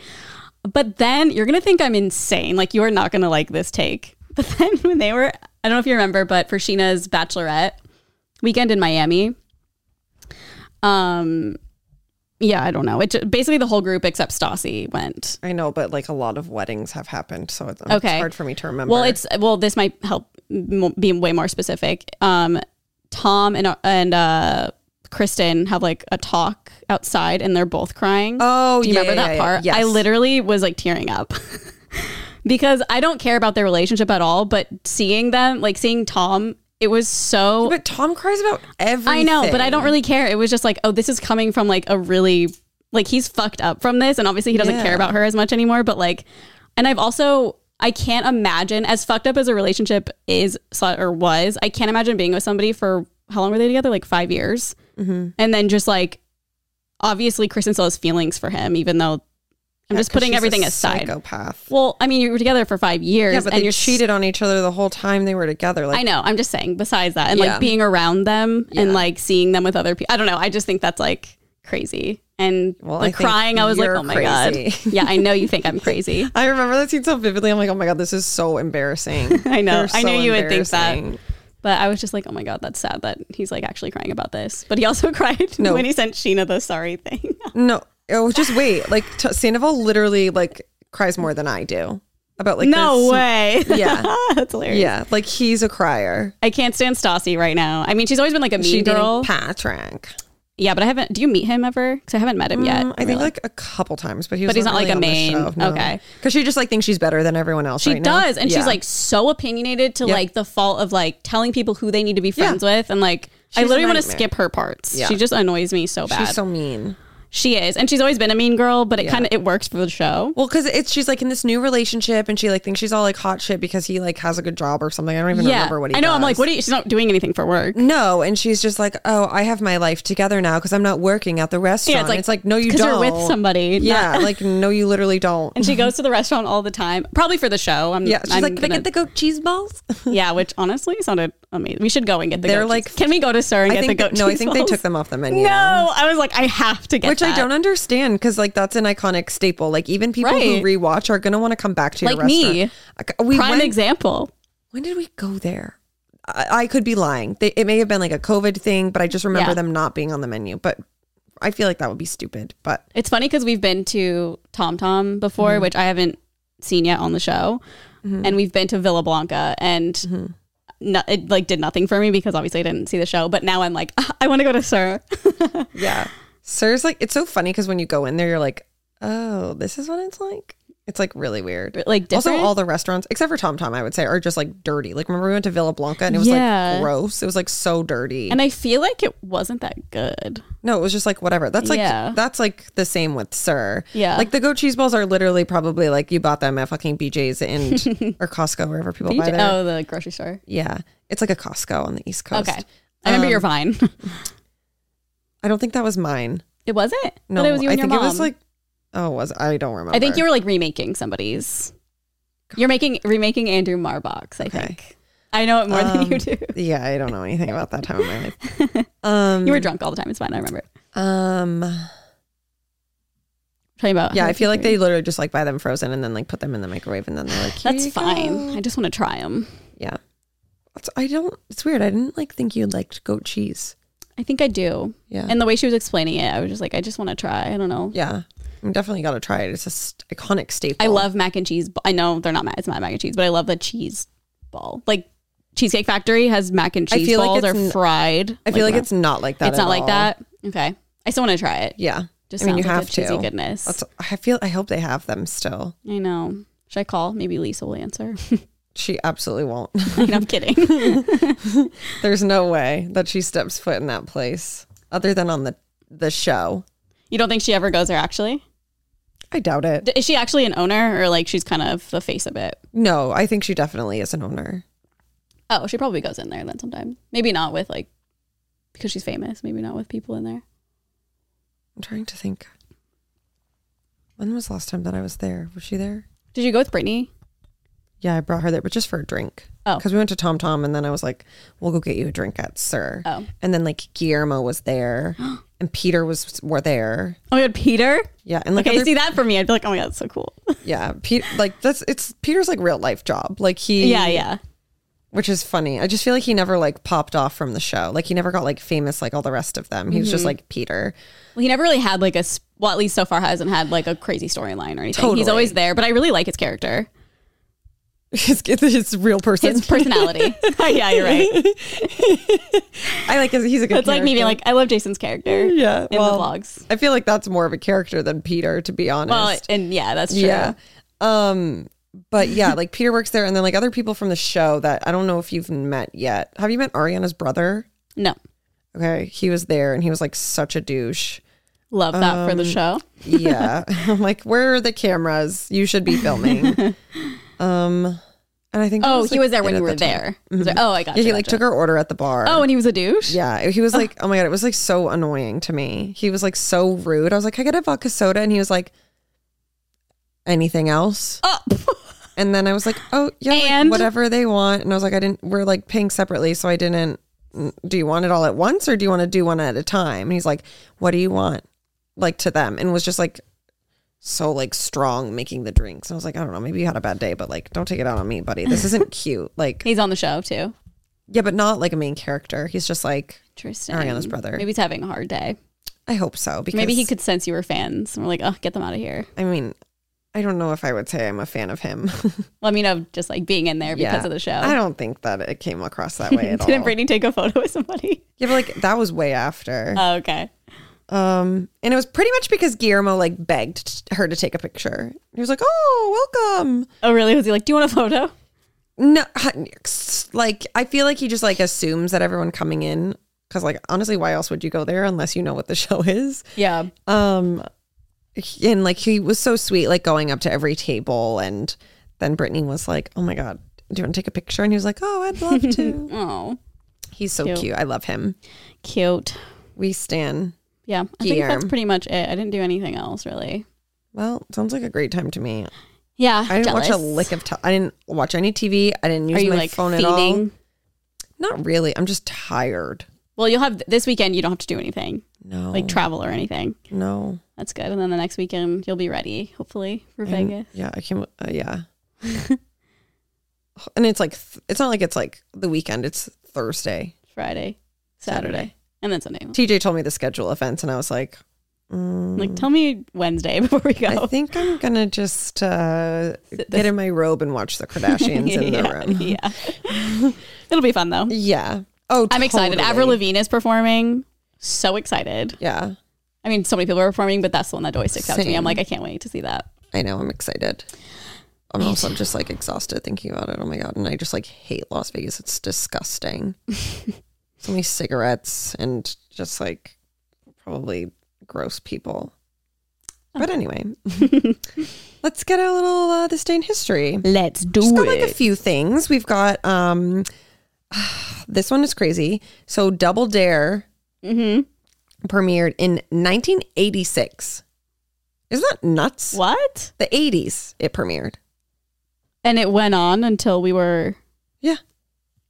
Speaker 2: but then you're gonna think i'm insane like you are not gonna like this take but then when they were i don't know if you remember but for sheena's bachelorette weekend in miami um yeah, I don't know. It ju- basically the whole group except Stassi went.
Speaker 1: I know, but like a lot of weddings have happened, so it's,
Speaker 2: Okay.
Speaker 1: it's hard for me to remember.
Speaker 2: Well, it's well. This might help m- be way more specific. Um, Tom and and uh, Kristen have like a talk outside, and they're both crying.
Speaker 1: Oh,
Speaker 2: do you
Speaker 1: yeah,
Speaker 2: remember
Speaker 1: yeah,
Speaker 2: that
Speaker 1: yeah,
Speaker 2: part?
Speaker 1: yes.
Speaker 2: I literally was like tearing up because I don't care about their relationship at all. But seeing them, like seeing Tom, it was so.
Speaker 1: but Tom cries about everything.
Speaker 2: I know, but I don't really care. It was just like, oh, this is coming from like a really like he's fucked up from this, and obviously he doesn't
Speaker 1: Yeah.
Speaker 2: care about her as much anymore. But like, and I've also I can't imagine as fucked up as a relationship is sl- or was. I can't imagine being with somebody for how long were they together? Like five years,
Speaker 1: Mm-hmm.
Speaker 2: and then just like obviously Kristen still has feelings for him, even though I'm just
Speaker 1: 'cause
Speaker 2: putting
Speaker 1: she's a
Speaker 2: everything aside.
Speaker 1: Psychopath.
Speaker 2: Well, I mean, you were together for five years,
Speaker 1: yeah, but
Speaker 2: and
Speaker 1: they
Speaker 2: you're
Speaker 1: cheated on each other the whole time they were together. Like
Speaker 2: I know. I'm just saying. Besides that, and
Speaker 1: Yeah.
Speaker 2: like being around them
Speaker 1: Yeah.
Speaker 2: and like seeing them with other people, I don't know. I just think that's like crazy. And
Speaker 1: Well, I
Speaker 2: the
Speaker 1: think
Speaker 2: crying, I was like,
Speaker 1: you're
Speaker 2: oh my
Speaker 1: crazy.
Speaker 2: God. Yeah, I know you think I'm crazy.
Speaker 1: I remember that scene so vividly. I'm like, oh my god, this is so embarrassing.
Speaker 2: I know.
Speaker 1: They're
Speaker 2: I knew
Speaker 1: so
Speaker 2: you would think that.
Speaker 1: embarrassing.
Speaker 2: But I was just like, oh my God, that's sad that he's like actually crying about this. But he also cried
Speaker 1: No.
Speaker 2: when he sent Sheena the sorry thing.
Speaker 1: No, oh, just wait. Like t- Sandoval literally like cries more than I do about like
Speaker 2: no
Speaker 1: this-
Speaker 2: way.
Speaker 1: Yeah.
Speaker 2: that's hilarious.
Speaker 1: Yeah, like he's a crier.
Speaker 2: I can't stand Stassi right now. I mean, she's always been like a mean
Speaker 1: She
Speaker 2: girl.
Speaker 1: dating Patrick.
Speaker 2: yeah, but I haven't. Do you meet him ever? Because I haven't met him yet.
Speaker 1: Um, I think like a couple times, but he was
Speaker 2: But he's not, like,
Speaker 1: really
Speaker 2: a
Speaker 1: on the
Speaker 2: main-
Speaker 1: show, no.
Speaker 2: okay.
Speaker 1: because she just like thinks she's better than everyone else.
Speaker 2: She
Speaker 1: right now.
Speaker 2: does, and
Speaker 1: Yeah.
Speaker 2: she's like so opinionated to
Speaker 1: Yep.
Speaker 2: like the fault of like telling people who they need to be friends with, and like I
Speaker 1: She's a
Speaker 2: literally want to
Speaker 1: nightmare.
Speaker 2: skip her parts.
Speaker 1: Yeah.
Speaker 2: She just annoys me so bad.
Speaker 1: she's so mean.
Speaker 2: she is, and she's always been a mean girl, but it kind of it works for the show.
Speaker 1: Well, because it's she's like in this new relationship, and she like thinks she's all like hot shit because he like has a good job or something. I don't even
Speaker 2: yeah,
Speaker 1: remember what he.
Speaker 2: I know. I'm like,
Speaker 1: does.
Speaker 2: what? Are you, she's not doing anything for work.
Speaker 1: No, and she's just like, oh, I have my life together now because I'm not working at the restaurant. it's, like, no, you
Speaker 2: 'cause
Speaker 1: don't.
Speaker 2: You're with somebody. not-
Speaker 1: Yeah, like no, you literally don't.
Speaker 2: and she goes to the restaurant all the time, probably for the show. I'm
Speaker 1: yeah, she's
Speaker 2: I'm
Speaker 1: like, can I
Speaker 2: gonna-
Speaker 1: get the goat cheese balls?
Speaker 2: yeah, which honestly sounded amazing. We should go and get the.
Speaker 1: They're
Speaker 2: goat
Speaker 1: like-
Speaker 2: cheese. can we go to Sir and
Speaker 1: I
Speaker 2: get the
Speaker 1: think
Speaker 2: goat
Speaker 1: that- no, I
Speaker 2: cheese
Speaker 1: think they
Speaker 2: balls?
Speaker 1: took them off the menu.
Speaker 2: No, I was like, I have to get
Speaker 1: Which I
Speaker 2: that.
Speaker 1: don't understand because like that's an iconic staple. Like even people who
Speaker 2: Right.
Speaker 1: rewatch are gonna want to come back to your
Speaker 2: Like me.
Speaker 1: restaurant. Me, we
Speaker 2: Prime
Speaker 1: went,
Speaker 2: example.
Speaker 1: when did we go there? I, I could be lying. They, it may have been like a COVID thing, but I just remember
Speaker 2: Yeah.
Speaker 1: them not being on the menu. But I feel like that would be stupid. But
Speaker 2: It's funny because we've been to Tom Tom before,
Speaker 1: Mm-hmm.
Speaker 2: which I haven't seen yet on the show, and we've been to Villa Blanca, and
Speaker 1: Mm-hmm.
Speaker 2: no, it like did nothing for me because obviously I didn't see the show. But now I'm like, "Ah, I want to go to Sir.
Speaker 1: Yeah. Sir's like, it's so funny because when you go in there, you're like, oh, this is what it's like. It's like really weird.
Speaker 2: Like different.
Speaker 1: Also, all the restaurants, except for Tom Tom, I would say, are just like dirty. Like, remember we went to Villa Blanca and it was
Speaker 2: Yeah.
Speaker 1: like gross. It was like so dirty.
Speaker 2: and I feel like it wasn't that good.
Speaker 1: no, it was just like whatever. That's like,
Speaker 2: Yeah.
Speaker 1: that's like the same with Sir.
Speaker 2: Yeah.
Speaker 1: Like, the goat cheese balls are literally probably like you bought them at fucking BJ's and or Costco, wherever people buy them.
Speaker 2: Oh, the grocery store.
Speaker 1: Yeah. It's like a Costco on the East Coast.
Speaker 2: Okay, I remember
Speaker 1: Um,
Speaker 2: your vine.
Speaker 1: I don't think that was mine.
Speaker 2: it wasn't.
Speaker 1: No,
Speaker 2: but it was you
Speaker 1: I
Speaker 2: and
Speaker 1: think
Speaker 2: your mom.
Speaker 1: it was like, oh, was it? I don't remember.
Speaker 2: I think you were like remaking somebody's. You're making remaking Andrew Marbox. I think. I know it more than
Speaker 1: Um,
Speaker 2: you do.
Speaker 1: Yeah, I don't know anything about that time of my life. Um,
Speaker 2: You were drunk all the time. It's fine. I remember.
Speaker 1: um,
Speaker 2: Talking about
Speaker 1: yeah, I feel like
Speaker 2: they.
Speaker 1: they literally just like buy them frozen and then like put them in the microwave and then they're like, "Here
Speaker 2: That's
Speaker 1: you go."
Speaker 2: fine. I just want to try them.
Speaker 1: Yeah, That's- I don't. It's weird. I didn't like think you liked goat cheese.
Speaker 2: I think I do.
Speaker 1: Yeah,
Speaker 2: And the way she was explaining it, I was just like, I just want to try. I don't know.
Speaker 1: yeah, I'm definitely gotta try it. It's a st- iconic staple.
Speaker 2: I love mac and cheese. b- I know they're not mac, it's not mac and cheese, but I love the cheese ball. Like Cheesecake Factory has mac and
Speaker 1: I
Speaker 2: cheese
Speaker 1: feel like
Speaker 2: balls
Speaker 1: it's
Speaker 2: are
Speaker 1: n-
Speaker 2: fried.
Speaker 1: I feel like
Speaker 2: whatever.
Speaker 1: it's not like that.
Speaker 2: it's
Speaker 1: at
Speaker 2: not like
Speaker 1: all.
Speaker 2: that. Okay, I still want to try it.
Speaker 1: Yeah,
Speaker 2: Just
Speaker 1: I mean,
Speaker 2: sounds
Speaker 1: you
Speaker 2: like
Speaker 1: have
Speaker 2: a cheesy
Speaker 1: to.
Speaker 2: goodness.
Speaker 1: That's, I feel. I hope they have them still.
Speaker 2: I know. Should I call? Maybe Lisa will answer.
Speaker 1: She absolutely won't.
Speaker 2: I mean, I'm kidding.
Speaker 1: There's no way that she steps foot in that place other than on the the show.
Speaker 2: You don't think she ever goes there? Actually,
Speaker 1: I doubt it.
Speaker 2: D- is she actually an owner or like she's kind of the face of it?
Speaker 1: No, I think she definitely is an owner.
Speaker 2: Oh, she probably goes in there then sometimes. Maybe not with like because she's famous, maybe not with people in there.
Speaker 1: I'm trying to think. When was the last time that I was there? Was she there?
Speaker 2: Did you go with Brittany?
Speaker 1: Yeah, I brought her there, but just for a drink.
Speaker 2: Oh.
Speaker 1: Because we went to Tom Tom and then I was like, we'll go get you a drink at Sir.
Speaker 2: Oh.
Speaker 1: And then like Guillermo was there and Peter was were there.
Speaker 2: Oh my god, Peter?
Speaker 1: Yeah. And like,
Speaker 2: okay,
Speaker 1: other-
Speaker 2: see that for me. I'd be like, oh my god, that's so cool.
Speaker 1: yeah, Pete, like that's, it's Peter's like real life job. Like he,
Speaker 2: yeah, yeah.
Speaker 1: which is funny. I just feel like he never like popped off from the show. Like he never got like famous like all the rest of them. He was just
Speaker 2: Mm-hmm.
Speaker 1: like Peter.
Speaker 2: Well, he never really had like a s- well, at least so far hasn't had like a crazy storyline or anything. He's
Speaker 1: Totally.
Speaker 2: always there, but I really like his character,
Speaker 1: His, his real person.
Speaker 2: his personality. yeah, you're right. It's
Speaker 1: I like his, he's a good
Speaker 2: like me being
Speaker 1: character.
Speaker 2: like, I love Jason's character.
Speaker 1: Yeah,
Speaker 2: in
Speaker 1: well,
Speaker 2: the vlogs.
Speaker 1: I feel like that's more of a character than Peter, to be honest.
Speaker 2: Well, and yeah, that's true.
Speaker 1: yeah. Um, but yeah, like Peter works there, and then like other people from the show that I don't know if you've met yet. Have you met Ariana's brother?
Speaker 2: No,
Speaker 1: Okay, he was there, and he was like such a douche.
Speaker 2: love that for the show.
Speaker 1: Yeah, I'm like, where are the cameras? You should be filming. um, and I think that
Speaker 2: Oh, he
Speaker 1: like,
Speaker 2: was there when
Speaker 1: it
Speaker 2: you
Speaker 1: at
Speaker 2: were
Speaker 1: the time.
Speaker 2: there. He was like, Oh, I got
Speaker 1: Yeah, he
Speaker 2: you.
Speaker 1: like took her order at the bar.
Speaker 2: Oh, and he was a douche.
Speaker 1: Yeah, he was like, oh my god, it was like so annoying to me. He was like so rude. I was like, I get a vodka soda, and he was like, anything else?
Speaker 2: Oh.
Speaker 1: And then I was like, oh yeah, like,
Speaker 2: And?
Speaker 1: whatever they want. And I was like, I didn't. We're like paying separately, so I didn't. Do you want it all at once, or do you want to do one at a time? And he's like, what do you want? like to them and was just like so like strong making the drinks. And I was like, I don't know, maybe you had a bad day, but like don't take it out on me, buddy. This isn't cute. Like
Speaker 2: He's on the show too.
Speaker 1: yeah, but not like a main character. He's just like
Speaker 2: Interesting.
Speaker 1: Ariana's brother.
Speaker 2: Maybe he's having a hard day.
Speaker 1: I hope so because
Speaker 2: Maybe he could sense you were fans and we're like, oh, get them out of here.
Speaker 1: I mean, I don't know if I would say I'm a fan of him.
Speaker 2: Let me know just like being in there because of the show.
Speaker 1: I don't think that it came across that way at all.
Speaker 2: Didn't Brittany take a photo with somebody?
Speaker 1: yeah, but like that was way after.
Speaker 2: Oh, okay.
Speaker 1: Um, and it was pretty much because Guillermo like begged her to take a picture. He was like, "Oh, welcome."
Speaker 2: Oh, really? Was he like, do you want a photo?
Speaker 1: No, like I feel like he just like assumes that everyone coming in because like honestly, why else would you go there unless you know what the show is?
Speaker 2: Yeah.
Speaker 1: Um, he- and like he was so sweet, like going up to every table, and then Brittany was like, "Oh my god, do you want to take a picture?" And he was like, "Oh, I'd love to."
Speaker 2: Oh,
Speaker 1: He's so
Speaker 2: Cute.
Speaker 1: cute. I love him.
Speaker 2: cute.
Speaker 1: We stan.
Speaker 2: Yeah. I think that's
Speaker 1: Guillermo.
Speaker 2: pretty much it. I didn't do anything else really.
Speaker 1: Well, sounds like a great time to me.
Speaker 2: Yeah.
Speaker 1: I didn't watch a
Speaker 2: jealous.
Speaker 1: lick of. Te- I didn't watch any TV. I didn't use
Speaker 2: Are you
Speaker 1: my
Speaker 2: like
Speaker 1: phone
Speaker 2: feeding?
Speaker 1: at all. Not really. I'm just tired.
Speaker 2: Well, you'll have this weekend. You don't have to do anything
Speaker 1: No,
Speaker 2: like travel or anything.
Speaker 1: no.
Speaker 2: That's good. And then the next weekend you'll be ready, hopefully for
Speaker 1: And-
Speaker 2: Vegas.
Speaker 1: Yeah, I can. Uh, yeah. and it's like th- it's not like it's like the weekend. It's Thursday.
Speaker 2: Friday, Saturday,
Speaker 1: Saturday.
Speaker 2: and then Sunday.
Speaker 1: TJ told me the schedule events, and I was like, mm,
Speaker 2: Like, tell me Wednesday before we go.
Speaker 1: I think I'm gonna just uh,
Speaker 2: Sit
Speaker 1: get in my robe and watch the Kardashians in the
Speaker 2: yeah,
Speaker 1: room.
Speaker 2: yeah. It'll be fun though.
Speaker 1: Yeah. Oh,
Speaker 2: I'm excited.
Speaker 1: totally.
Speaker 2: Avril Lavigne is performing. So excited.
Speaker 1: Yeah,
Speaker 2: I mean, so many people are performing, but that's the one that always sticks out to me. I'm
Speaker 1: Same.
Speaker 2: like, I can't wait to see that.
Speaker 1: I know. I'm excited. I'm also just like exhausted thinking about it. Oh my god! And I just like hate Las Vegas. It's disgusting. so many cigarettes and just like probably gross people. But anyway, let's get a little uh, this day in history.
Speaker 2: Let's do
Speaker 1: Just got like a few things. We've got um, this one is crazy. So Double Dare
Speaker 2: mm-hmm.
Speaker 1: premiered in 1986. Isn't that nuts?
Speaker 2: What?
Speaker 1: The 80s it premiered.
Speaker 2: And it went on until we were,
Speaker 1: Yeah.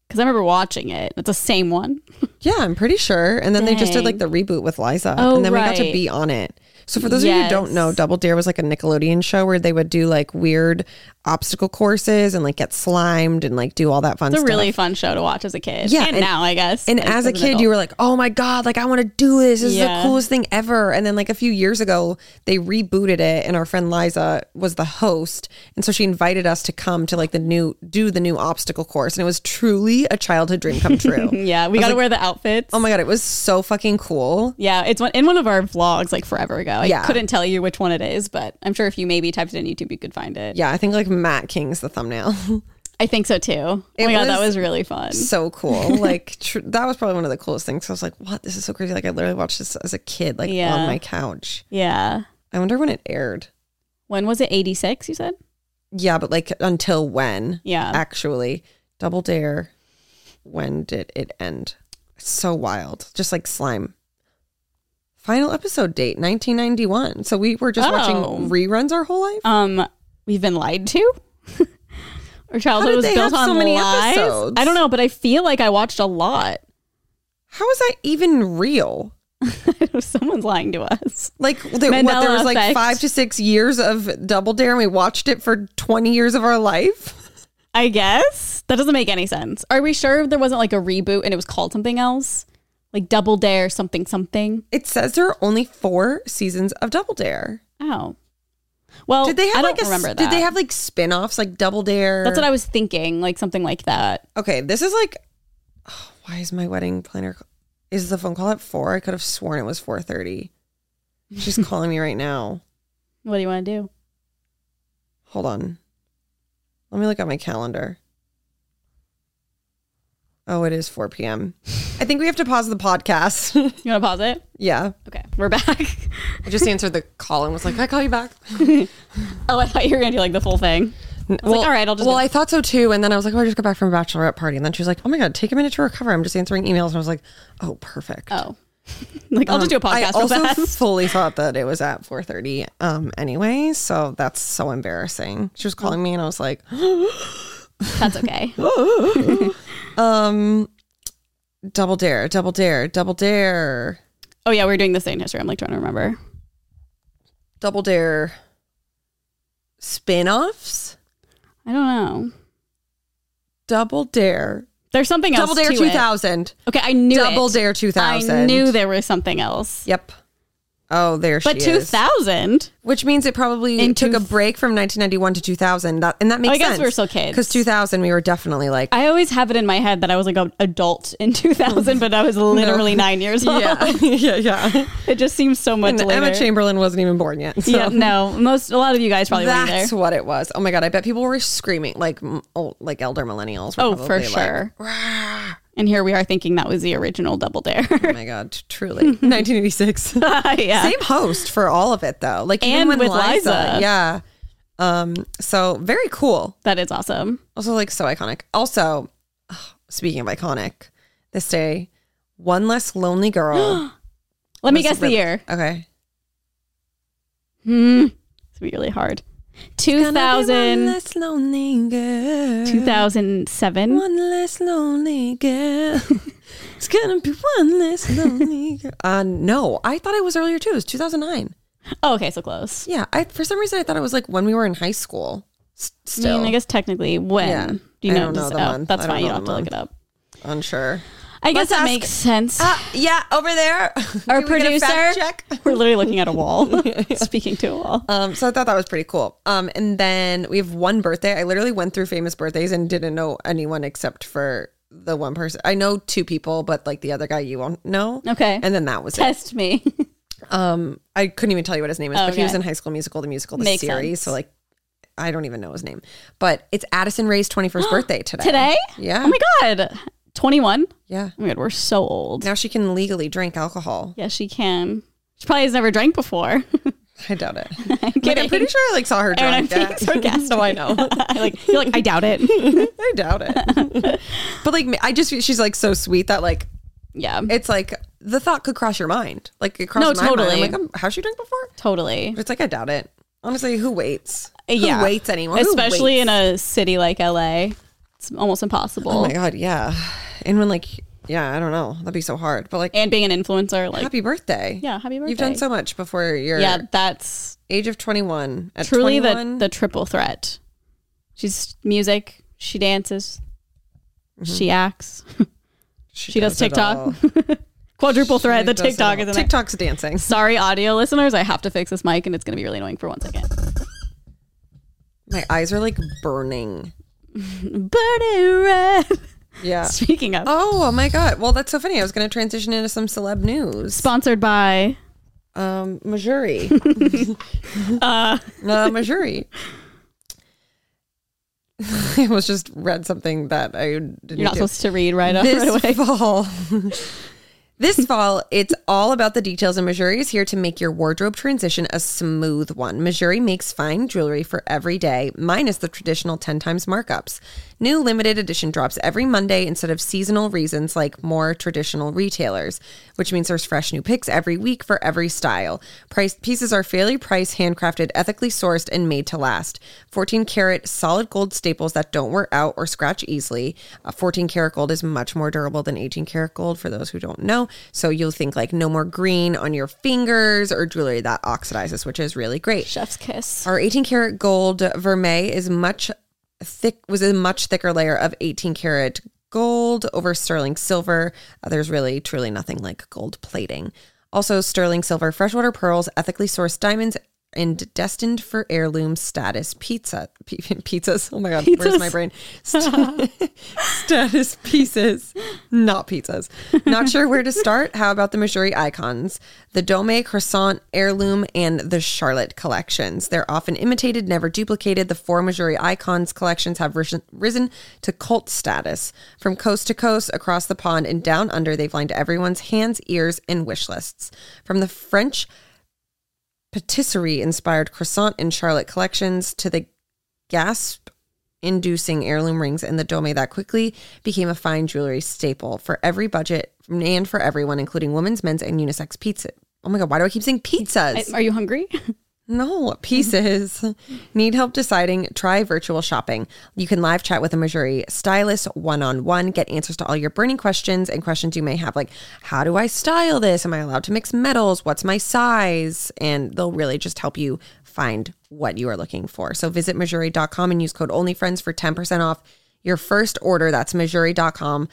Speaker 2: because I remember watching it. It's the same one.
Speaker 1: Yeah, I'm pretty sure. And then they just did like the
Speaker 2: Dang.
Speaker 1: reboot with Liza.
Speaker 2: Oh,
Speaker 1: and then we got to
Speaker 2: right.
Speaker 1: be on it. So for those of you who don't know,
Speaker 2: Yes.
Speaker 1: Double Dare was like a Nickelodeon show where they would do like weird obstacle courses and like get slimed and like do all that fun
Speaker 2: It's a
Speaker 1: stuff.
Speaker 2: really fun show to watch as a kid.
Speaker 1: Yeah,
Speaker 2: and,
Speaker 1: and-
Speaker 2: now I guess.
Speaker 1: and
Speaker 2: like,
Speaker 1: as a
Speaker 2: an
Speaker 1: kid,
Speaker 2: adult.
Speaker 1: you were like, "Oh my god, like I want to do this. This
Speaker 2: Yeah.
Speaker 1: is the coolest thing ever." And then like a few years ago, they rebooted it, and our friend Liza was the host, and so she invited us to come to like the new do the new obstacle course, and it was truly a childhood dream come true.
Speaker 2: yeah, we got to wear the outfits.
Speaker 1: Oh my god, it was so fucking cool.
Speaker 2: yeah, it's one, in one of our vlogs like forever ago. I
Speaker 1: Yeah.
Speaker 2: couldn't tell you which one it is, but I'm sure if you maybe typed it in YouTube, you could find it.
Speaker 1: Yeah, I think like Matt King's the thumbnail.
Speaker 2: I think so too. Oh my god, that
Speaker 1: was-
Speaker 2: was really fun.
Speaker 1: so cool. Like tr- that was probably one of the coolest things. I was like, "What? This is so crazy!" Like I literally watched this as a kid, like
Speaker 2: Yeah.
Speaker 1: on my couch.
Speaker 2: Yeah.
Speaker 1: I wonder when it aired.
Speaker 2: When was it? 86, you said?
Speaker 1: Yeah, but like until when?
Speaker 2: Yeah.
Speaker 1: Actually, Double Dare. When did it end? So wild. Just like slime. Final episode date 1991. So we were just
Speaker 2: Oh.
Speaker 1: watching reruns our whole life.
Speaker 2: um we've been lied to our childhood
Speaker 1: did
Speaker 2: was
Speaker 1: they
Speaker 2: built
Speaker 1: have
Speaker 2: on
Speaker 1: so many
Speaker 2: lies
Speaker 1: episodes?
Speaker 2: i don't know but i feel like i watched a lot
Speaker 1: How is that even real?
Speaker 2: someone's lying to us
Speaker 1: Like there, what,
Speaker 2: Mandela
Speaker 1: there was like
Speaker 2: effect.
Speaker 1: five to six years of Double Dare, and we watched it for twenty years of our life.
Speaker 2: i guess that doesn't make any sense are we sure there wasn't like a reboot and it was called something else like double dare something something
Speaker 1: It says there are only four seasons of Double Dare.
Speaker 2: oh well
Speaker 1: Did they have
Speaker 2: Oh, i don't
Speaker 1: like a,
Speaker 2: remember that
Speaker 1: Did they have like spin-offs like Double Dare?
Speaker 2: that's what i was thinking like something like that
Speaker 1: Okay, this is like. Oh, why is my wedding planner? Is the phone call at four? I could have sworn it was four thirty. She's calling me right now.
Speaker 2: what do you want to do
Speaker 1: Hold on. Let me look at my calendar. Oh, it is four p.m. I think we have to pause the podcast.
Speaker 2: you want to pause it
Speaker 1: yeah.
Speaker 2: okay we're back
Speaker 1: I just answered the call and was like, "Can I call you back?"
Speaker 2: oh i thought you were gonna do like the full thing
Speaker 1: well,
Speaker 2: "All right, I'll just
Speaker 1: Well,
Speaker 2: go."
Speaker 1: I thought so too, and then I was like, "Oh, I just got back from a bachelorette party," and then she was like, "Oh my god, take a minute to recover. I'm just answering emails." And I was like, "Oh, perfect."
Speaker 2: oh like i'll just do a
Speaker 1: Um, I
Speaker 2: podcast real
Speaker 1: also
Speaker 2: fast
Speaker 1: fully thought that it was at 4:30. Um, anyway, so that's so embarrassing. She was calling me, and I was like,
Speaker 2: that's okay
Speaker 1: "Um, double dare, double dare, double dare."
Speaker 2: Oh yeah, we were doing the same history. I'm like trying to remember.
Speaker 1: Double Dare spin offs?
Speaker 2: I don't know.
Speaker 1: Double Dare.
Speaker 2: There's something else.
Speaker 1: Double Dare
Speaker 2: to it.
Speaker 1: 2000.
Speaker 2: Okay, I knew
Speaker 1: Double
Speaker 2: it.
Speaker 1: Dare 2000.
Speaker 2: I knew there was something else.
Speaker 1: Yep. Oh, there she
Speaker 2: But
Speaker 1: is.
Speaker 2: 2000.
Speaker 1: Which means it probably
Speaker 2: In
Speaker 1: took
Speaker 2: two-
Speaker 1: a break from 1991 to 2000. That, and that makes
Speaker 2: I guess
Speaker 1: sense.
Speaker 2: we were still kids.
Speaker 1: Because 2000, we were definitely like,
Speaker 2: I always have it in my head that I was like an adult in 2000, but I was literally nine years old.
Speaker 1: yeah, yeah, yeah.
Speaker 2: It just seems so much
Speaker 1: And
Speaker 2: later.
Speaker 1: Emma Chamberlain wasn't even born yet. So.
Speaker 2: Yeah, no. Most a lot of you guys probably were there.
Speaker 1: That's what it was. Oh my god! I bet people were screaming like mm, old, like elder millennials. Were
Speaker 2: Oh,
Speaker 1: probably
Speaker 2: for
Speaker 1: like,
Speaker 2: sure. and here we are thinking that was the original Double Dare.
Speaker 1: oh my god! t- Truly, 1986.
Speaker 2: yeah.
Speaker 1: Same host for all of it though. Like even
Speaker 2: And
Speaker 1: when
Speaker 2: with
Speaker 1: Liza,
Speaker 2: Liza.
Speaker 1: yeah. Um. So very cool.
Speaker 2: That is awesome.
Speaker 1: Also like so iconic. Also, ugh, speaking of iconic, this day, one less lonely girl.
Speaker 2: Let me
Speaker 1: was
Speaker 2: guess the
Speaker 1: re-
Speaker 2: year.
Speaker 1: Okay.
Speaker 2: Hmm. It's gonna be really hard.
Speaker 1: Gonna be One
Speaker 2: 2000,
Speaker 1: less lonely girl.
Speaker 2: 2007.
Speaker 1: One less lonely girl. it's gonna be one less lonely girl. Uh, no, I thought it was earlier too. It was 2009.
Speaker 2: Oh, okay, so close.
Speaker 1: Yeah, I for some reason I thought it was like when we were in high school. S-
Speaker 2: I
Speaker 1: still
Speaker 2: mean, I guess technically when.
Speaker 1: Yeah.
Speaker 2: Do you
Speaker 1: I
Speaker 2: know?
Speaker 1: don't know
Speaker 2: just-
Speaker 1: the
Speaker 2: oh,
Speaker 1: month.
Speaker 2: That's
Speaker 1: I don't
Speaker 2: fine. You
Speaker 1: know
Speaker 2: don't have
Speaker 1: the
Speaker 2: to look
Speaker 1: month.
Speaker 2: it up.
Speaker 1: unsure.
Speaker 2: I
Speaker 1: Let's
Speaker 2: guess that
Speaker 1: ask-
Speaker 2: makes sense.
Speaker 1: Uh, yeah, over there.
Speaker 2: Our
Speaker 1: Can we get a fact
Speaker 2: producer.
Speaker 1: check.
Speaker 2: We're literally looking at a wall, speaking to a wall.
Speaker 1: Um, so I thought that was pretty cool. Um, and then we have one birthday. I literally went through famous birthdays and didn't know anyone except for the one person. I know two people, but like the other guy you won't know.
Speaker 2: Okay.
Speaker 1: And then that was it.
Speaker 2: Test me.
Speaker 1: Um, I couldn't even tell you what his name is, but he
Speaker 2: Okay.
Speaker 1: was in High School Musical, the musical, the
Speaker 2: Makes
Speaker 1: series.
Speaker 2: sense.
Speaker 1: So like, I don't even know his name, but it's Addison Ray's twenty first birthday today.
Speaker 2: Today?
Speaker 1: yeah,
Speaker 2: Oh my God. 21?
Speaker 1: yeah.
Speaker 2: Oh my God, we're so old.
Speaker 1: Now she can legally drink alcohol.
Speaker 2: Yes, she can. She probably has never drank before.
Speaker 1: I doubt it.
Speaker 2: I'm
Speaker 1: Like, I'm
Speaker 2: kidding.
Speaker 1: pretty sure I like saw her
Speaker 2: Aaron, I'm
Speaker 1: drunk.
Speaker 2: being sarcastic.
Speaker 1: so I know.
Speaker 2: I like, you're like, I doubt it.
Speaker 1: I doubt it. but like, I just she's like so sweet that like
Speaker 2: Yeah,
Speaker 1: it's like the thought could cross your mind. Like it crossed my
Speaker 2: No,
Speaker 1: mind.
Speaker 2: totally.
Speaker 1: I'm like, i how's she drink before?
Speaker 2: totally.
Speaker 1: But it's like I doubt it. Honestly, who waits?
Speaker 2: Yeah.
Speaker 1: who waits anymore?
Speaker 2: Especially
Speaker 1: in.
Speaker 2: in a city like LA. It's almost impossible.
Speaker 1: Oh my god, yeah. And when like yeah, I don't know. That'd be so hard. But like
Speaker 2: and being an influencer, like,
Speaker 1: happy birthday.
Speaker 2: yeah, happy birthday.
Speaker 1: You've done so much before your
Speaker 2: Yeah, that's
Speaker 1: age of 21. At
Speaker 2: truly
Speaker 1: 21,
Speaker 2: the, the triple threat. She's music, she dances,
Speaker 1: Mm-hmm.
Speaker 2: she acts, she does
Speaker 1: it
Speaker 2: TikTok.
Speaker 1: all.
Speaker 2: quadruple threat.
Speaker 1: She
Speaker 2: The
Speaker 1: does it
Speaker 2: TikTok
Speaker 1: all.
Speaker 2: is in it.
Speaker 1: TikTok's dancing.
Speaker 2: Sorry, audio listeners, I have to fix this mic and it's going to be really annoying for one second.
Speaker 1: My eyes are like burning.
Speaker 2: Burning red.
Speaker 1: Yeah.
Speaker 2: Speaking of,
Speaker 1: Oh, oh my god. Well, that's so funny. I was going to transition into some celeb news.
Speaker 2: sponsored by
Speaker 1: Um, Missouri. uh, Missouri. I was just read something that I didn't
Speaker 2: You're not
Speaker 1: do.
Speaker 2: supposed to read right, up, right
Speaker 1: this
Speaker 2: away.
Speaker 1: fall. this fall, it's all about the details, and Missouri is here to make your wardrobe transition a smooth one. Missouri makes fine jewelry for every day, minus the traditional 10 times markups. New limited edition drops every Monday instead of seasonal reasons like more traditional retailers, which means there's fresh new picks every week for every style. Price pieces are fairly priced, handcrafted, ethically sourced, and made to last. 14 karat solid gold staples that don't wear out or scratch easily. Uh, 14 karat gold is much more durable than 18 karat gold for those who don't know. So you'll think like no more green on your fingers or jewelry that oxidizes, which is really great.
Speaker 2: Chef's kiss.
Speaker 1: Our 18 karat gold vermeil is much thick was a much thicker layer of 18 karat gold over sterling silver. Uh, there's really truly nothing like gold plating. Also sterling silver freshwater pearls, ethically sourced diamonds and destined for heirloom status pizza p- pizzas. Oh my god, where's my brain? St- status pieces, not pizzas. Not sure where to start? How about the Missouri icons? The Dome Croissant Heirloom and the Charlotte collections. They're often imitated, never duplicated. The four Missouri icons collections have risen, risen to cult status. From coast to coast, across the pond, and down under, they've lined everyone's hands, ears, and wish lists. From the French patisserie inspired croissant and Charlotte collections to the gasp inducing heirloom rings in the dome that quickly became a fine jewelry staple for every budget and for everyone, including women's, men's, and unisex pizza. Oh my God, why do I keep saying pizzas?
Speaker 2: Are you hungry?
Speaker 1: No, pieces. Need help deciding? Try virtual shopping. You can live chat with a Missouri stylist one on one, get answers to all your burning questions and questions you may have, like how do I style this? Am I allowed to mix metals? What's my size? And they'll really just help you find what you are looking for. So visit Missouri.com and use code OnlyFriends for 10% off your first order. That's Missouri.com.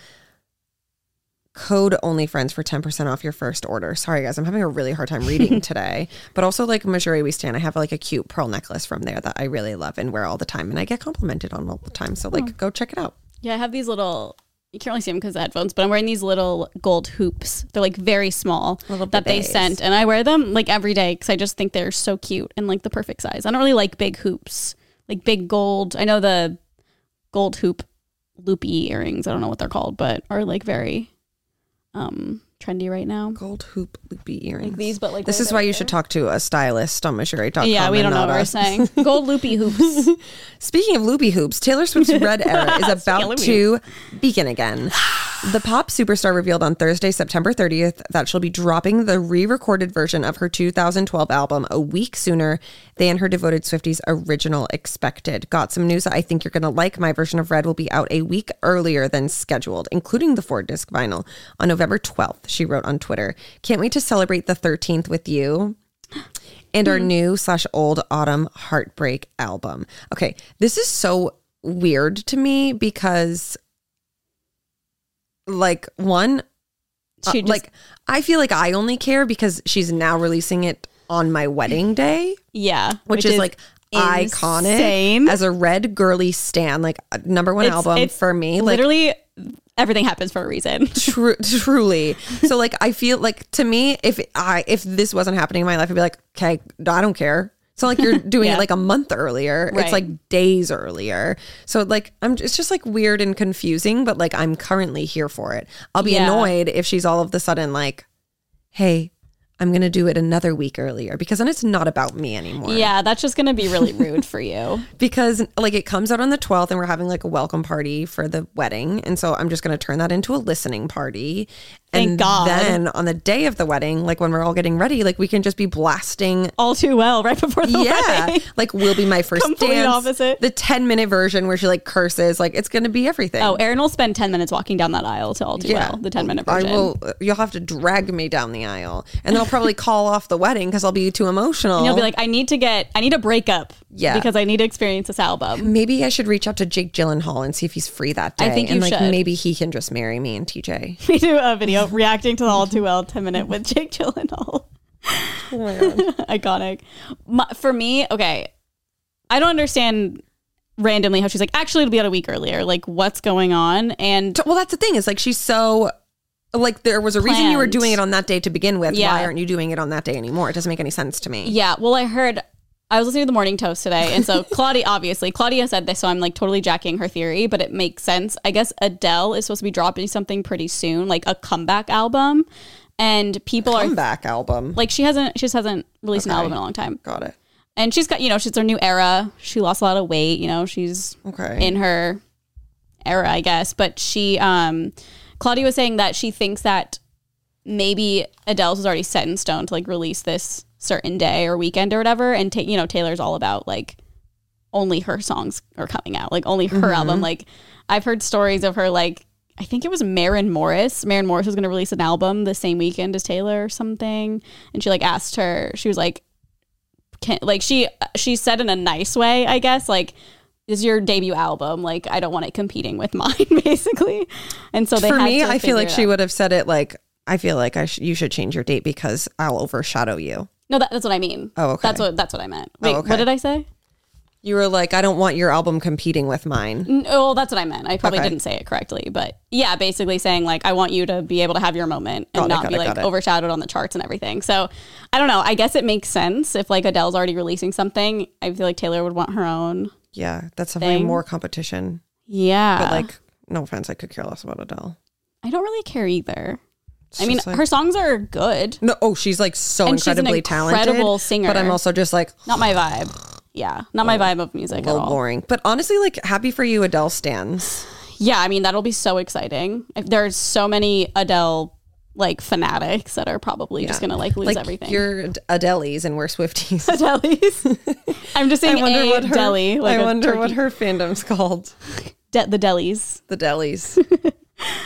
Speaker 1: Code OnlyFriends for 10% off your first order. Sorry, guys, I'm having a really hard time reading today. But also, like Missouri We Stand, I have like a cute pearl necklace from there that I really love and wear all the time. And I get complimented on all the time. So, like, go check it out.
Speaker 2: Yeah, I have these little. You can't really see them because the headphones, but I'm wearing these little gold hoops. They're like very small
Speaker 1: Little
Speaker 2: that they
Speaker 1: bidets.
Speaker 2: sent, and I wear them like every day because I just think they're so cute and like the perfect size. I don't really like big hoops, like big gold. I know the gold hoop loopy earrings. I don't know what they're called, but are like very um trendy right now.
Speaker 1: Gold hoop loopy earrings.
Speaker 2: Like these, but like
Speaker 1: this
Speaker 2: they're
Speaker 1: is why
Speaker 2: very-
Speaker 1: you should talk to a stylist on Missouri.com.
Speaker 2: Yeah, we
Speaker 1: and
Speaker 2: don't know
Speaker 1: not
Speaker 2: what we're
Speaker 1: us.
Speaker 2: saying. Gold loopy hoops.
Speaker 1: Speaking of loopy hoops, Taylor Swift's Red Era is about to begin again. The pop superstar revealed on Thursday, September 30th, that she'll be dropping the re recorded version of her 2012 album a week sooner than her devoted Swifties original expected. Got some news that I think you're going to like. My version of Red will be out a week earlier than scheduled, including the four disc vinyl on November 12th, she wrote on Twitter. Can't wait to celebrate the 13th with you and
Speaker 2: Mm-hmm.
Speaker 1: our new slash old autumn heartbreak album. Okay, this is so weird to me because, like, one, uh,
Speaker 2: She just-
Speaker 1: like I feel like I only care because she's now releasing it on my wedding day,
Speaker 2: yeah,
Speaker 1: which, is, like iconic
Speaker 2: insane.
Speaker 1: as a red girly stan, like uh, number one
Speaker 2: It's-
Speaker 1: album
Speaker 2: it's
Speaker 1: for me. Like,
Speaker 2: literally everything happens for a reason.
Speaker 1: True, truly. So like, I feel like to me, if I if this wasn't happening in my life, I'd be like, okay, I don't care. It's not like you're doing
Speaker 2: Yeah.
Speaker 1: it like a month earlier.
Speaker 2: Right.
Speaker 1: It's like days earlier. So like, I'm it's just like weird and confusing, but like I'm currently here for it. I'll be
Speaker 2: Yeah.
Speaker 1: annoyed if she's all of the sudden like, hey, I'm gonna do it another week earlier because then it's not about me anymore.
Speaker 2: Yeah, that's just gonna be really rude for you.
Speaker 1: Because like it comes out on the 12th and we're having like a welcome party for the wedding. And so I'm just going to turn that into a listening party.
Speaker 2: Thank
Speaker 1: and
Speaker 2: God.
Speaker 1: then on the day of the wedding, like when we're all getting ready, like we can just be blasting
Speaker 2: All too well, right before the
Speaker 1: yeah,
Speaker 2: wedding.
Speaker 1: like will be my first
Speaker 2: Complete
Speaker 1: dance.
Speaker 2: opposite.
Speaker 1: The ten minute version where she like curses, like it's gonna be everything.
Speaker 2: Oh, Erin will spend ten minutes walking down that aisle to all too well, the ten minute version.
Speaker 1: I will. You'll have to drag me down the aisle, and then I'll probably call off the wedding because I'll be too emotional.
Speaker 2: And you'll be like, I need to get, I need a breakup,
Speaker 1: Yeah.
Speaker 2: because I need to experience this album.
Speaker 1: maybe I should reach out to Jake Gyllenhaal and see if he's free that day.
Speaker 2: I think
Speaker 1: and
Speaker 2: you
Speaker 1: like
Speaker 2: should.
Speaker 1: maybe he can just marry me and TJ.
Speaker 2: We do a video reacting to the all too well ten minute with Jake Gyllenhaal.
Speaker 1: Oh my god.
Speaker 2: Iconic. My, for me, okay, I don't understand randomly how she's like, actually, it'll be out a week earlier. Like, what's going on? And
Speaker 1: Well, that's the thing. Is like she's so like there was a reason you were
Speaker 2: Planned.
Speaker 1: doing it on that day to begin with.
Speaker 2: Yeah.
Speaker 1: Why aren't you doing it on that day anymore? It doesn't make any sense to me.
Speaker 2: Yeah. Well, I heard. I was listening to the morning toast today, and so Claudia, obviously, Claudia said this, so I'm like totally jacking her theory, but it makes sense. I guess Adele is supposed to be dropping something pretty soon, like a comeback album, and people are
Speaker 1: Comeback album.
Speaker 2: like, she hasn't, she just hasn't released an
Speaker 1: Okay.
Speaker 2: album in a long time,
Speaker 1: Got it.
Speaker 2: and she's got, you know, she's her new era. She lost a lot of weight, you know, she's
Speaker 1: Okay.
Speaker 2: in her era, I guess. But she, um, Claudia was saying that she thinks that maybe Adele's was already set in stone to like release this certain day or weekend or whatever. And ta- you know, Taylor's all about like only her songs are coming out, like only her
Speaker 1: Mm-hmm.
Speaker 2: album. Like I've heard stories of her like. I think it was Marin Morris. Marin Morris was going to release an album the same weekend as Taylor or something, and she like asked her. She was like, can like she she said in a nice way, I guess, like this is your debut album. Like I don't want it competing with mine, basically. And so they
Speaker 1: For
Speaker 2: had
Speaker 1: me,
Speaker 2: to
Speaker 1: I feel
Speaker 2: figure
Speaker 1: like
Speaker 2: it
Speaker 1: she
Speaker 2: out.
Speaker 1: would have said it like. I feel like I sh- you should change your date because I'll overshadow you.
Speaker 2: no, that, that's what I mean.
Speaker 1: Oh, okay. Oh,
Speaker 2: That's what that's what I meant. Wait,
Speaker 1: okay.
Speaker 2: what did I say?
Speaker 1: You were like, I don't want your album competing with mine.
Speaker 2: N- Oh, that's what I meant. I probably
Speaker 1: Okay.
Speaker 2: didn't say it correctly, but yeah, basically saying like I want you to be able to have your moment and
Speaker 1: Got it,
Speaker 2: not
Speaker 1: got
Speaker 2: be
Speaker 1: it,
Speaker 2: like
Speaker 1: got it.
Speaker 2: overshadowed on the charts and everything. So I don't know. I guess it makes sense if like Adele's already releasing something. I feel like Taylor would want her own.
Speaker 1: Yeah, that's definitely
Speaker 2: Thing.
Speaker 1: more competition.
Speaker 2: Yeah,
Speaker 1: But like, no offense, I could care less about Adele.
Speaker 2: I don't really care either.
Speaker 1: It's
Speaker 2: I mean,
Speaker 1: just like-
Speaker 2: her songs are good.
Speaker 1: no, oh, she's like so
Speaker 2: And she's an
Speaker 1: incredibly
Speaker 2: incredible
Speaker 1: talented,
Speaker 2: singer.
Speaker 1: But I'm also just like,
Speaker 2: Not my vibe. Yeah,
Speaker 1: Oh,
Speaker 2: not my vibe of music at
Speaker 1: little
Speaker 2: all.
Speaker 1: boring. But honestly, like happy for you, Adele stands.
Speaker 2: Yeah, I mean that'll be so exciting. If There's so many Adele like fanatics that are probably just gonna like lose
Speaker 1: like
Speaker 2: everything.
Speaker 1: You're d- Adelies and we're Swifties.
Speaker 2: delis. I'm just saying
Speaker 1: I wonder
Speaker 2: a
Speaker 1: what her
Speaker 2: deli. Like
Speaker 1: I
Speaker 2: a
Speaker 1: wonder what
Speaker 2: turkey.
Speaker 1: her fandom's called.
Speaker 2: De- the delis.
Speaker 1: The delis,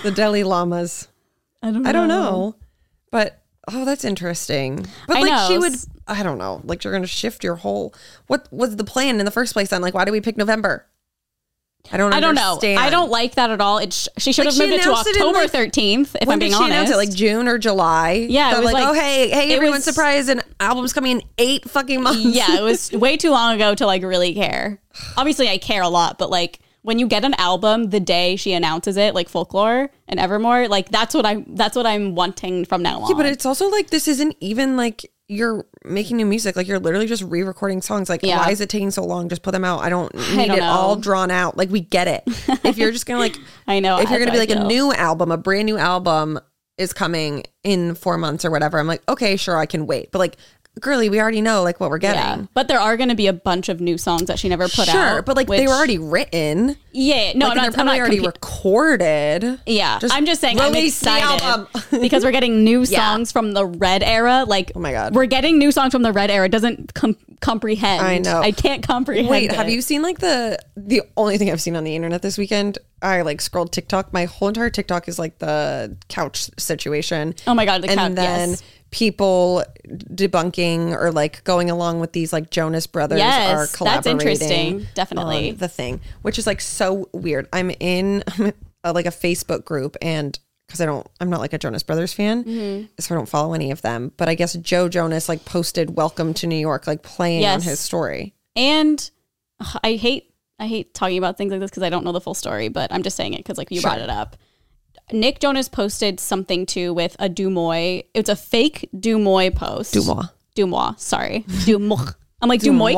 Speaker 1: the deli llamas.
Speaker 2: I don't. Know.
Speaker 1: I don't know, but oh, that's interesting. But
Speaker 2: I
Speaker 1: like
Speaker 2: know.
Speaker 1: she would, I don't know. Like you're gonna shift your whole. What was the plan in the first place? Then like, why did we pick November? I don't.
Speaker 2: I don't know.
Speaker 1: understand.
Speaker 2: I don't like that at all. It sh- she should
Speaker 1: Like,
Speaker 2: have
Speaker 1: she
Speaker 2: moved it to
Speaker 1: announced it in,
Speaker 2: October
Speaker 1: like-
Speaker 2: 13th. If I'm
Speaker 1: When
Speaker 2: being
Speaker 1: did she
Speaker 2: honest,
Speaker 1: announce it? Like June or July?
Speaker 2: Yeah, it
Speaker 1: They're
Speaker 2: was
Speaker 1: like, oh
Speaker 2: like-
Speaker 1: hey, hey,
Speaker 2: it
Speaker 1: everyone,
Speaker 2: was-
Speaker 1: surprise! An album's coming in eight fucking months.
Speaker 2: yeah, it was way too long ago to like really care. Obviously, I care a lot, but like when you get an album the day she announces it, like Folklore and Evermore, like that's what I that's what I'm wanting from now on.
Speaker 1: Yeah, but it's also like this isn't even like you're making new music. Like you're literally just re-recording songs. Like
Speaker 2: Yeah.
Speaker 1: why is it taking so long? Just put them out. I don't need
Speaker 2: don't
Speaker 1: it all
Speaker 2: know.
Speaker 1: drawn out. Like we get it. if you're just gonna like,
Speaker 2: I know
Speaker 1: if you're gonna be like
Speaker 2: a
Speaker 1: a new album, a brand new album is coming in four months or whatever. I'm like, okay, sure, I can wait. But like, girly, we already know like what we're
Speaker 2: yeah,
Speaker 1: getting.
Speaker 2: but there are going to be a bunch of new songs that she never put out.
Speaker 1: Sure, but like they
Speaker 2: which-
Speaker 1: were already written.
Speaker 2: yeah, no,
Speaker 1: Like, and they're
Speaker 2: I'm not. I'm
Speaker 1: probably
Speaker 2: not
Speaker 1: already
Speaker 2: compa-
Speaker 1: recorded.
Speaker 2: yeah,
Speaker 1: Just
Speaker 2: I'm just saying I'm
Speaker 1: release the
Speaker 2: excited
Speaker 1: album.
Speaker 2: because we're getting new
Speaker 1: Yeah.
Speaker 2: songs from the Red era. Like, oh
Speaker 1: my God.
Speaker 2: we're getting new songs from the Red era. It doesn't com- comprehend.
Speaker 1: I know.
Speaker 2: I can't comprehend.
Speaker 1: Wait, have
Speaker 2: it.
Speaker 1: you seen like the the only thing I've seen on the internet this weekend? I like scrolled TikTok. My whole entire TikTok is like the couch situation.
Speaker 2: Oh my God, the
Speaker 1: and
Speaker 2: couch,
Speaker 1: then
Speaker 2: yes.
Speaker 1: people debunking or like going along with these like Jonas Brothers
Speaker 2: Yes,
Speaker 1: are
Speaker 2: that's
Speaker 1: collaborating.
Speaker 2: interesting. Definitely.
Speaker 1: on the thing, which is like so weird. I'm in uh like a Facebook group and. Because I don't, I'm not like a Jonas Brothers fan,
Speaker 2: Mm-hmm.
Speaker 1: so I don't follow any of them. But I guess Joe Jonas like posted "Welcome to New York" like playing on
Speaker 2: Yes.
Speaker 1: his story.
Speaker 2: And ugh, I hate I hate talking about things like this because I don't know the full story, but I'm just saying it because like you brought it up. Nick Jonas posted something too with a Dumoy. It's a fake Dumoy post.
Speaker 1: Dumois.
Speaker 2: Dumois. Sorry, Dumois. I'm like Dumoix.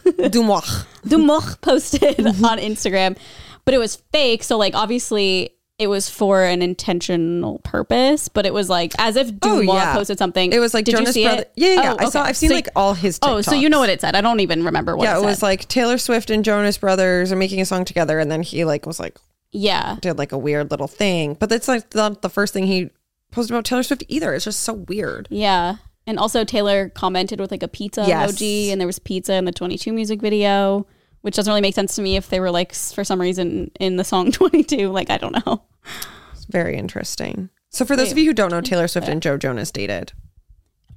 Speaker 1: Dumois.
Speaker 2: Dumoch posted
Speaker 1: Mm-hmm.
Speaker 2: on Instagram, but it was fake. So like obviously it was for an intentional purpose, but it was like as if
Speaker 1: Oh,
Speaker 2: Dumoch
Speaker 1: yeah.
Speaker 2: posted something.
Speaker 1: It was like
Speaker 2: Did you
Speaker 1: Jonas
Speaker 2: see
Speaker 1: Brothers.
Speaker 2: it?
Speaker 1: Yeah, yeah. yeah.
Speaker 2: Oh,
Speaker 1: I saw.
Speaker 2: okay.
Speaker 1: I've seen
Speaker 2: So-
Speaker 1: like all his. TikToks.
Speaker 2: Oh, so you know what it said. I don't even remember what
Speaker 1: Yeah, it
Speaker 2: said.
Speaker 1: was like Taylor Swift and Jonas Brothers are making a song together, and then he like was like
Speaker 2: yeah.
Speaker 1: did like a weird little thing, but that's like not the first thing he posted about Taylor Swift either. It's just so weird.
Speaker 2: Yeah. And also Taylor commented with like a pizza
Speaker 1: Yes.
Speaker 2: emoji and there was pizza in the 22 music video, which doesn't really make sense to me if they were like s- for some reason in the song 22, like I don't know.
Speaker 1: It's very interesting. So for those of you who don't know, Taylor Swift and Joe Jonas dated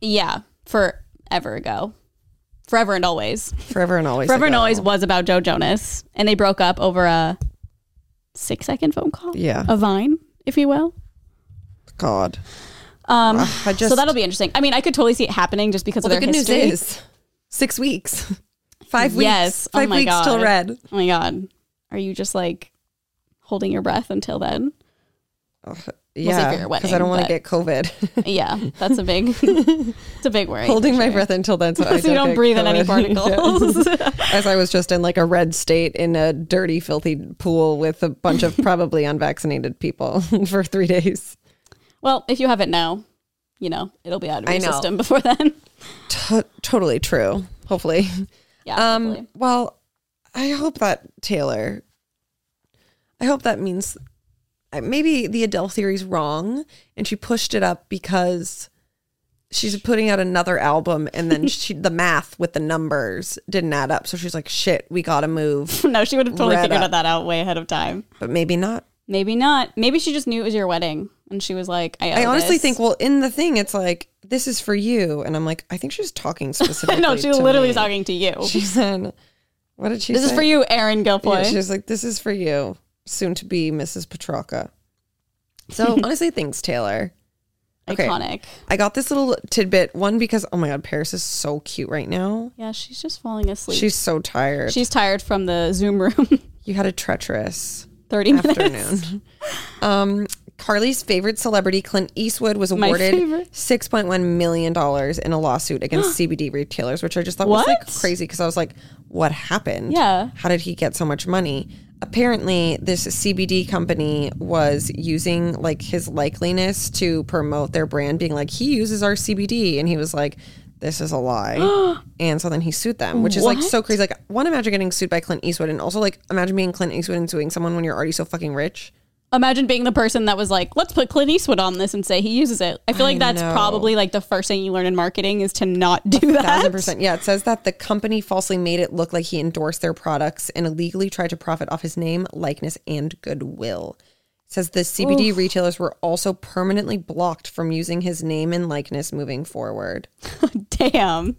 Speaker 2: Yeah, forever ago. Forever and always.
Speaker 1: forever and always.
Speaker 2: Forever and
Speaker 1: ago.
Speaker 2: always was about Joe Jonas and they broke up over a 6 second phone call.
Speaker 1: Yeah.
Speaker 2: A vine, if you will.
Speaker 1: God.
Speaker 2: Um
Speaker 1: I Ah, just.
Speaker 2: so that'll be interesting. I mean, I could totally see it happening just because
Speaker 1: Well, the
Speaker 2: of their
Speaker 1: good
Speaker 2: history.
Speaker 1: news is six weeks, five weeks.
Speaker 2: Yes. Oh
Speaker 1: five
Speaker 2: my
Speaker 1: weeks till
Speaker 2: God.
Speaker 1: red.
Speaker 2: Oh my god. Are you just like holding your breath until then? for
Speaker 1: Yeah,
Speaker 2: your
Speaker 1: because I
Speaker 2: wedding,
Speaker 1: don't want to
Speaker 2: but-
Speaker 1: get COVID.
Speaker 2: Yeah, that's a big it's a big worry.
Speaker 1: holding
Speaker 2: for
Speaker 1: my
Speaker 2: sure.
Speaker 1: breath until then so, I
Speaker 2: so you don't
Speaker 1: get
Speaker 2: breathe in any
Speaker 1: COVID. Yeah.
Speaker 2: particles.
Speaker 1: as i was just in like a red state in a dirty filthy pool with a bunch of probably unvaccinated people for three days
Speaker 2: well, if you haven't now, you know, it'll be out of
Speaker 1: I
Speaker 2: your
Speaker 1: know.
Speaker 2: system before then.
Speaker 1: T- totally true hopefully
Speaker 2: Yeah.
Speaker 1: um
Speaker 2: hopefully.
Speaker 1: well i hope that taylor i hope that means uh, maybe the adele theory's wrong and she pushed it up because she's putting out another album and then she the math with the numbers didn't add up so she's like shit we gotta move
Speaker 2: no, she would have totally
Speaker 1: Red
Speaker 2: figured
Speaker 1: up.
Speaker 2: that out way ahead of time.
Speaker 1: but maybe not.
Speaker 2: Maybe not. Maybe she just knew it was your wedding and she was like, I,
Speaker 1: I
Speaker 2: owe
Speaker 1: honestly
Speaker 2: this.
Speaker 1: think, well, in the thing, it's like, this is for you. And I'm like, I think she's talking specifically.
Speaker 2: No, she was
Speaker 1: to
Speaker 2: literally
Speaker 1: me.
Speaker 2: was talking to you.
Speaker 1: She said, what did she
Speaker 2: this
Speaker 1: say?
Speaker 2: is for you, Aaron
Speaker 1: Yeah,
Speaker 2: Gilfoy.
Speaker 1: she was like, this is for you, soon to be Mrs. Petrarca. So honestly, thanks, Taylor. okay.
Speaker 2: Iconic.
Speaker 1: I got this little tidbit one because, oh my God, Paris is so cute right now.
Speaker 2: Yeah, she's just falling asleep.
Speaker 1: She's so tired.
Speaker 2: she's tired from the Zoom room.
Speaker 1: you had a treacherous
Speaker 2: 30 minutes.
Speaker 1: afternoon. um, Carly's favorite celebrity, Clint Eastwood, was
Speaker 2: My
Speaker 1: awarded
Speaker 2: favorite.
Speaker 1: six point one million dollars in a lawsuit against CBD retailers, which I just thought was
Speaker 2: What?
Speaker 1: like crazy because I was like, "What happened?
Speaker 2: Yeah.
Speaker 1: how did he get so much money?" Apparently, this CBD company was using like his likeliness to promote their brand, being like, "He uses our CBD," and he was like. This is a lie. and so then he sued them, which is like so crazy. Like, one, imagine getting sued by Clint Eastwood, and also, like, imagine being Clint Eastwood and suing someone when you're already so fucking rich.
Speaker 2: imagine being the person that was like, let's put Clint Eastwood on this and say he uses it. I feel
Speaker 1: I
Speaker 2: like that's
Speaker 1: know.
Speaker 2: probably like the first thing you learn in marketing is to not do that.
Speaker 1: Thousand percent. Yeah, it says that the company falsely made it look like he endorsed their products and illegally tried to profit off his name, likeness, and goodwill. It says the CBD retailers were also permanently blocked from using his name and likeness moving forward.
Speaker 2: Damn.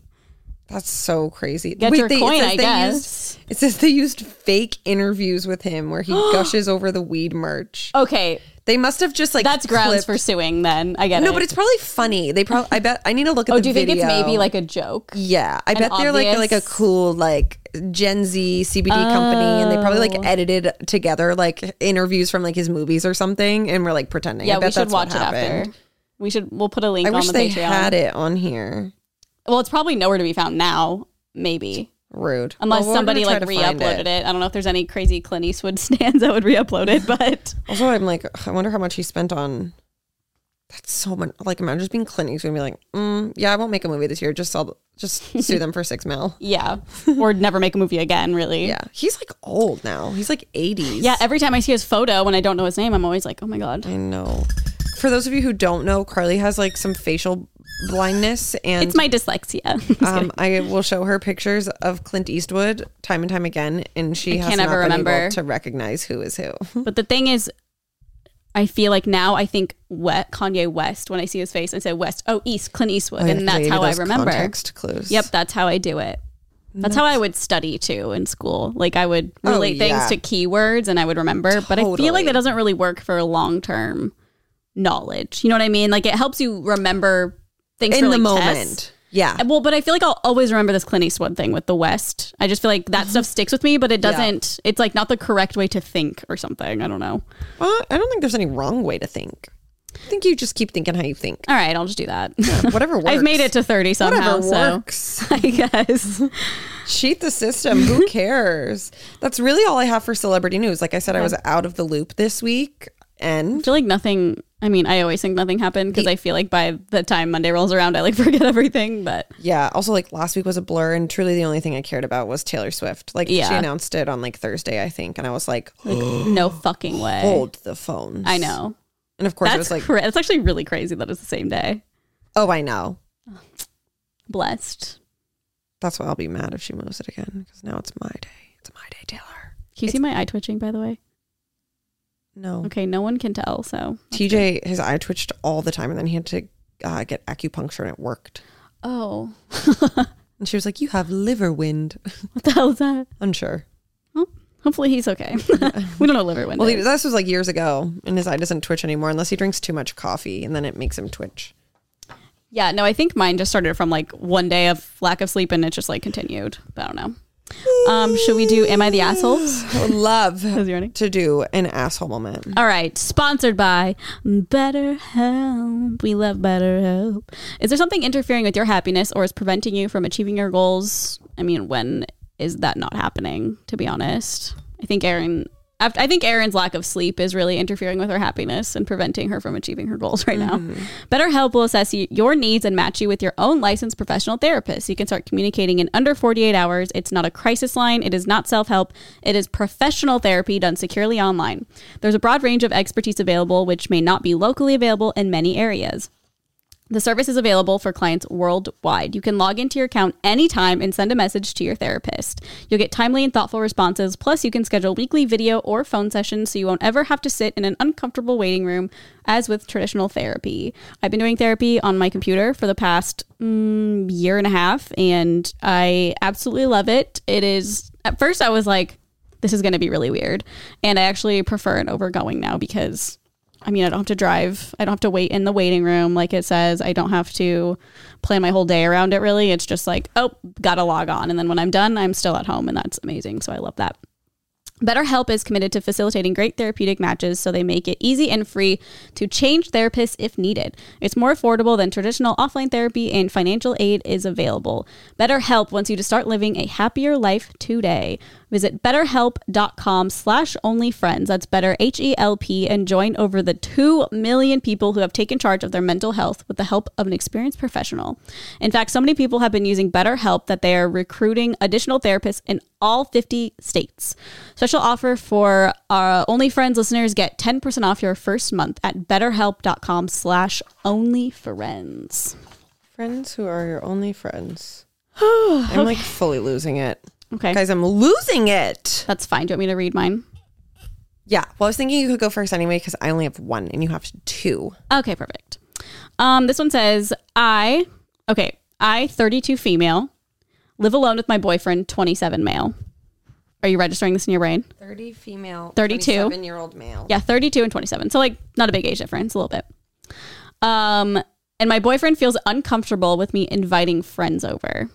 Speaker 1: That's so crazy.
Speaker 2: Get your
Speaker 1: it
Speaker 2: coin,
Speaker 1: says
Speaker 2: I guess.
Speaker 1: Used, it says they used fake interviews with him where he gushes over the weed merch.
Speaker 2: Okay.
Speaker 1: They must have just like
Speaker 2: Oh, That's grounds
Speaker 1: clipped-
Speaker 2: for suing then. I get it.
Speaker 1: no, but it's probably funny. They probably. I bet I need to look at.
Speaker 2: Oh,
Speaker 1: the
Speaker 2: do you think it's
Speaker 1: video.
Speaker 2: maybe like a joke?
Speaker 1: Yeah, I bet they're like like a
Speaker 2: obvious-
Speaker 1: cool like Gen Z CBD company, and they probably
Speaker 2: Oh.
Speaker 1: like edited together like interviews from like his movies or something, and we're like pretending. I
Speaker 2: Yeah,
Speaker 1: bet
Speaker 2: we should
Speaker 1: that's what
Speaker 2: watch it after.
Speaker 1: happened.
Speaker 2: We should we'll put a link
Speaker 1: I
Speaker 2: on
Speaker 1: wish
Speaker 2: the
Speaker 1: they
Speaker 2: Patreon.
Speaker 1: had it on here.
Speaker 2: Well, it's probably nowhere to be found now, maybe.
Speaker 1: Rude.
Speaker 2: Unless
Speaker 1: Well, we're
Speaker 2: somebody
Speaker 1: gonna
Speaker 2: like
Speaker 1: try to
Speaker 2: re
Speaker 1: find
Speaker 2: uploaded it. I don't know if there's any crazy Clint Eastwood stands that would re upload it, but
Speaker 1: Also, I'm like, ugh, I wonder how much he spent on. That's so much. Like, imagine just being Clint Eastwood and be like, mm, yeah, I won't make a movie this year. Just I'll just sue them for six mil.
Speaker 2: yeah. or never make a movie again, really.
Speaker 1: Yeah, he's like old now. He's like 80s.
Speaker 2: Yeah, every time I see his photo when I don't know his name, I'm always like, oh my God.
Speaker 1: I know. For those of you who don't know, Carly has like some facial blindness, and
Speaker 2: It's my dyslexia.
Speaker 1: um, I will show her pictures of Clint Eastwood time and time again, and she has
Speaker 2: can't
Speaker 1: not
Speaker 2: ever
Speaker 1: been
Speaker 2: remember.
Speaker 1: able to recognize who is who.
Speaker 2: but the thing is, I feel like now I think wet Kanye West when I see his face. I say West, oh East, Clint Eastwood, and that's how I
Speaker 1: Those
Speaker 2: remember.
Speaker 1: Context clues.
Speaker 2: Yep, that's how I do it. That's how I would study too in school. Like I would relate
Speaker 1: Oh, yeah.
Speaker 2: things to keywords and I would remember, but I feel
Speaker 1: Totally.
Speaker 2: like that doesn't really work for long term knowledge. You know what I mean? Like it helps you remember things
Speaker 1: in
Speaker 2: for,
Speaker 1: the
Speaker 2: like,
Speaker 1: moment.
Speaker 2: tests.
Speaker 1: Yeah,
Speaker 2: Uh, Well, but I feel like I'll always remember this Clint Eastwood thing with the West. I just feel like that stuff sticks with me, but it
Speaker 1: Mm-hmm. Yeah.
Speaker 2: doesn't. It's like not the correct way to think or something. I don't know.
Speaker 1: well, I don't think there's any wrong way to think. I think you just keep thinking how you think.
Speaker 2: All right, I'll just do that.
Speaker 1: Whatever works.
Speaker 2: I've made it to thirty somehow.
Speaker 1: Whatever
Speaker 2: so
Speaker 1: works.
Speaker 2: I guess
Speaker 1: Cheat the system. Who cares? That's really all I have for celebrity news. Like I said, I was out of the loop this week, and
Speaker 2: I feel like nothing. I mean, I always think nothing happened because I feel like by the time Monday rolls around, I like forget everything. But
Speaker 1: Yeah. Also, like last week was a blur, and truly the only thing I cared about was Taylor Swift. Like she
Speaker 2: Yeah.
Speaker 1: announced it on like Thursday, I think, and I was like,
Speaker 2: no fucking way.
Speaker 1: hold the phone.
Speaker 2: I know.
Speaker 1: And of course, it was
Speaker 2: That's
Speaker 1: like,
Speaker 2: cra- that's actually really crazy that it's the same day.
Speaker 1: oh, I know.
Speaker 2: Blessed.
Speaker 1: That's why I'll be mad if she moves it again because now it's my day. It's my day, Taylor.
Speaker 2: Can you see my eye twitching? By the way.
Speaker 1: No.
Speaker 2: Okay, no one can tell. So.
Speaker 1: TJ, his eye twitched all the time, and then he had to uh, get acupuncture, and it worked.
Speaker 2: Oh,
Speaker 1: And she was like, "You have liver wind."
Speaker 2: what the hell is that?
Speaker 1: Unsure.
Speaker 2: Hopefully he's okay. we don't know liver when.
Speaker 1: Well, he, this was like years ago, and his eye doesn't twitch anymore unless he drinks too much coffee, and then it makes him twitch.
Speaker 2: yeah, no, I think mine just started from like one day of lack of sleep and it just like continued. But I don't know. Um, should we do Am I the Assholes?
Speaker 1: I would love
Speaker 2: Is he running?
Speaker 1: to do an asshole moment.
Speaker 2: All right, sponsored by BetterHelp. We love BetterHelp. Is there something interfering with your happiness or is preventing you from achieving your goals? I mean, when is that not happening? To be honest, I think Erin. I I think Erin's lack of sleep is really interfering with her happiness and preventing her from achieving her goals right now. BetterHelp will assess y- your needs and match you with your own licensed professional therapist. You can start communicating in under 48 hours. It's not a crisis line, it is not self help, it is professional therapy done securely online. There's a broad range of expertise available, which may not be locally available in many areas. The service is available for clients worldwide. You can log into your account anytime and send a message to your therapist. You'll get timely and thoughtful responses. Plus, you can schedule weekly video or phone sessions so you won't ever have to sit in an uncomfortable waiting room as with traditional therapy. I've been doing therapy on my computer for the past mm, year and a half, and I absolutely love it. It is, at first, I was like, this is going to be really weird. And I actually prefer it over going now because I mean, I don't have to drive. I don't have to wait in the waiting room, like it says. I don't have to plan my whole day around it, really. It's just like, oh, gotta log on. And then when I'm done, I'm still at home, and that's amazing. So I love that. BetterHelp is committed to facilitating great therapeutic matches so they make it easy and free to change therapists if needed. It's more affordable than traditional offline therapy and financial aid is available. BetterHelp wants you to start living a happier life today. Visit betterhelp.com slash onlyfriends. That's better H-E-L-P and join over the 2 million people who have taken charge of their mental health with the help of an experienced professional. In fact, so many people have been using BetterHelp that they are recruiting additional therapists in all 50 states. Special offer for our OnlyFriends listeners get 10% off your first month at betterhelp.com slash onlyfriends.
Speaker 1: Friends who are your only friends. I'm like fully losing it.
Speaker 2: Okay.
Speaker 1: Guys, I'm losing it.
Speaker 2: That's fine. Do you want me to read mine?
Speaker 1: Yeah. Well, I was thinking you could go first anyway because I only have one and you have two.
Speaker 2: Okay, perfect. Um, this one says, I, okay, I, 32 female, live alone with my boyfriend, 27 male. Are you registering this in your brain?
Speaker 1: 30 female,
Speaker 2: 32.
Speaker 1: 27 year old male.
Speaker 2: Yeah, 32 and 27. So, like, not a big age difference, a little bit. Um, and my boyfriend feels uncomfortable with me inviting friends over.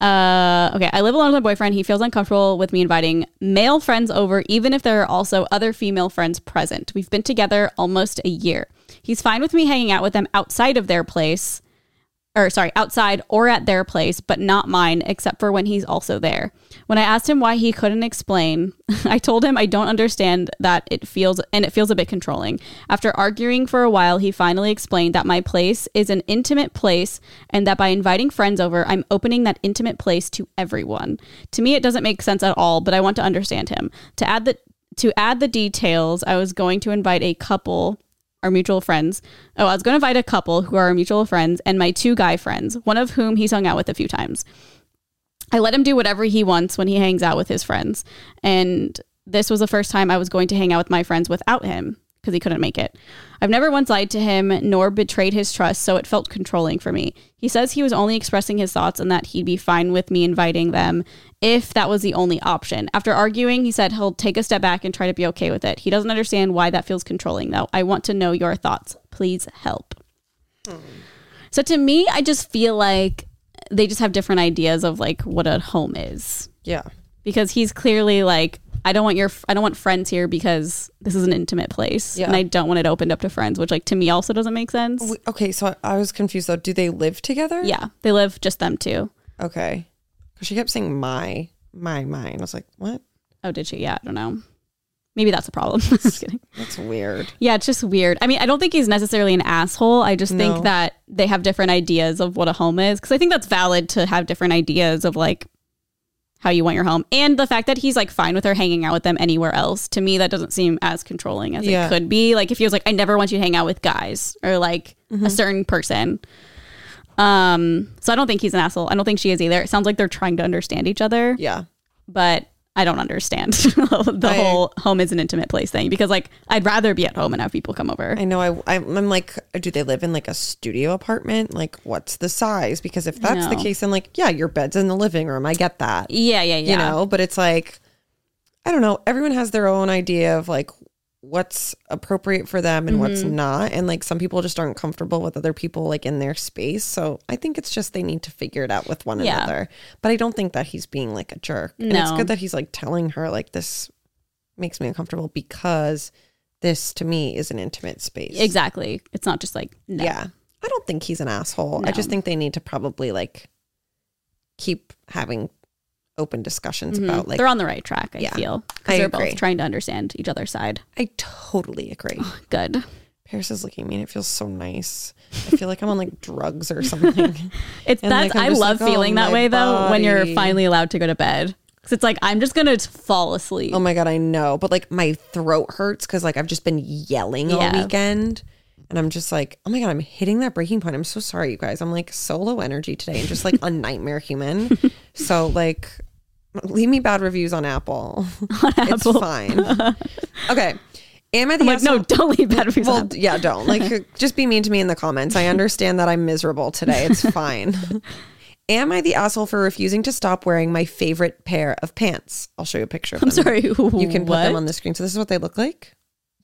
Speaker 2: Uh, okay, I live alone with my boyfriend. He feels uncomfortable with me inviting male friends over, even if there are also other female friends present. We've been together almost a year. He's fine with me hanging out with them outside of their place, or sorry, outside or at their place, but not mine, except for when he's also there. When I asked him why he couldn't explain, I told him I don't understand that it feels and it feels a bit controlling. After arguing for a while, he finally explained that my place is an intimate place and that by inviting friends over, I'm opening that intimate place to everyone. To me it doesn't make sense at all, but I want to understand him. To add the to add the details, I was going to invite a couple our mutual friends. Oh, I was going to invite a couple who are our mutual friends and my two guy friends, one of whom he's hung out with a few times. I let him do whatever he wants when he hangs out with his friends. And this was the first time I was going to hang out with my friends without him because he couldn't make it. I've never once lied to him nor betrayed his trust, so it felt controlling for me. He says he was only expressing his thoughts and that he'd be fine with me inviting them if that was the only option. After arguing, he said he'll take a step back and try to be okay with it. He doesn't understand why that feels controlling, though. I want to know your thoughts. Please help. So to me, I just feel like they just have different ideas of like what a home is
Speaker 1: Yeah.
Speaker 2: because he's clearly like I don't want your I don't want friends here because this is an intimate place
Speaker 1: Yeah.
Speaker 2: and I don't want it opened up to friends, which like to me also doesn't make sense.
Speaker 1: W- Okay. So I, I was confused though. Do they live together?
Speaker 2: yeah, they live just them two.
Speaker 1: Okay. Because she kept saying my, my, mine. I was like, what?
Speaker 2: Oh, did she? Yeah, I don't know. Maybe that's a problem. Just kidding.
Speaker 1: That's weird.
Speaker 2: Yeah, it's just weird. I mean, I don't think he's necessarily an asshole. I just
Speaker 1: No.
Speaker 2: think that they have different ideas of what a home is because I think that's valid to have different ideas of like how you want your home and the fact that he's like fine with her hanging out with them anywhere else. To me, that doesn't seem as controlling as
Speaker 1: Yeah.
Speaker 2: it could be. Like if he was like, I never want you to hang out with guys or like
Speaker 1: Mm-hmm.
Speaker 2: a certain person. Um, so I don't think he's an asshole. I don't think she is either. It sounds like they're trying to understand each other
Speaker 1: Yeah.
Speaker 2: but I don't understand the
Speaker 1: I-
Speaker 2: whole home is an intimate place thing because like I'd rather be at home and have people come over.
Speaker 1: I know. I, I'm I'm like, do they live in like a studio apartment? Like, what's the size? Because if that's the
Speaker 2: No.
Speaker 1: case, then like, yeah, your bed's in the living room. I get that.
Speaker 2: yeah, yeah, yeah.
Speaker 1: You know, but it's like, I don't know. Everyone has their own idea of like what's appropriate for them and what's
Speaker 2: Mm-hmm.
Speaker 1: not. And like, some people just aren't comfortable with other people like in their space. So I think it's just they need to figure it out with one
Speaker 2: Yeah.
Speaker 1: another. But I don't think that he's being like a jerk. And it's
Speaker 2: No.
Speaker 1: good that he's like telling her, like, this makes me uncomfortable because this to me is an intimate space.
Speaker 2: Exactly. It's not just like no.
Speaker 1: Yeah. I don't think he's an asshole. I
Speaker 2: No.
Speaker 1: just think they need to probably like keep having open discussions
Speaker 2: Mhm.
Speaker 1: about like
Speaker 2: they're on the right track. I
Speaker 1: Yeah.
Speaker 2: feel
Speaker 1: I
Speaker 2: because they're
Speaker 1: agree.
Speaker 2: both trying to understand each other's side.
Speaker 1: I totally agree.
Speaker 2: Good.
Speaker 1: Paris is looking at me and it feels so nice. I feel like I'm on like drugs or something.
Speaker 2: It's
Speaker 1: And,
Speaker 2: that's
Speaker 1: like, I'm
Speaker 2: I
Speaker 1: just
Speaker 2: love
Speaker 1: like, oh,
Speaker 2: feeling that
Speaker 1: my
Speaker 2: way though when you're
Speaker 1: body.
Speaker 2: finally allowed to go to bed because it's like I'm just gonna fall asleep.
Speaker 1: oh my god, I know. But like my throat hurts because like I've just been yelling all
Speaker 2: Yeah.
Speaker 1: weekend. And I'm just like, oh my god, I'm hitting that breaking point. I'm so sorry, you guys. I'm like so low energy today and just like a nightmare human. So like leave me bad reviews on Apple. it's fine. Okay. Am I the
Speaker 2: I'm like no, don't leave bed for
Speaker 1: Well, yeah, don't. Like, just be mean to me in the comments. I understand that I'm miserable today. It's fine. Am I the asshole for refusing to stop wearing my favorite pair of pants? I'll show you a picture of
Speaker 2: I'm
Speaker 1: them.
Speaker 2: sorry. You
Speaker 1: You can put
Speaker 2: what?
Speaker 1: them on the screen. So this is what they look like.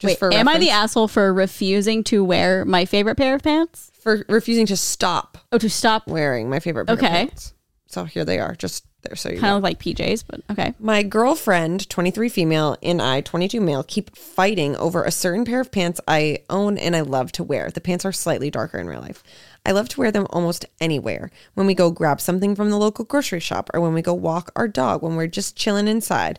Speaker 1: Just
Speaker 2: Wait, am I the asshole for refusing to wear my favorite pair of pants?
Speaker 1: for refusing to stop
Speaker 2: Oh, to stop
Speaker 1: wearing my favorite pair
Speaker 2: Okay.
Speaker 1: of pants? So here they are. Just there. So you
Speaker 2: Kind of like PJs, but okay.
Speaker 1: My girlfriend, 23 female, and I, 22 male, keep fighting over a certain pair of pants I own and I love to wear. The pants are slightly darker in real life. I love to wear them almost anywhere when we go grab something from the local grocery shop or when we go walk our dog, when we're just chilling inside.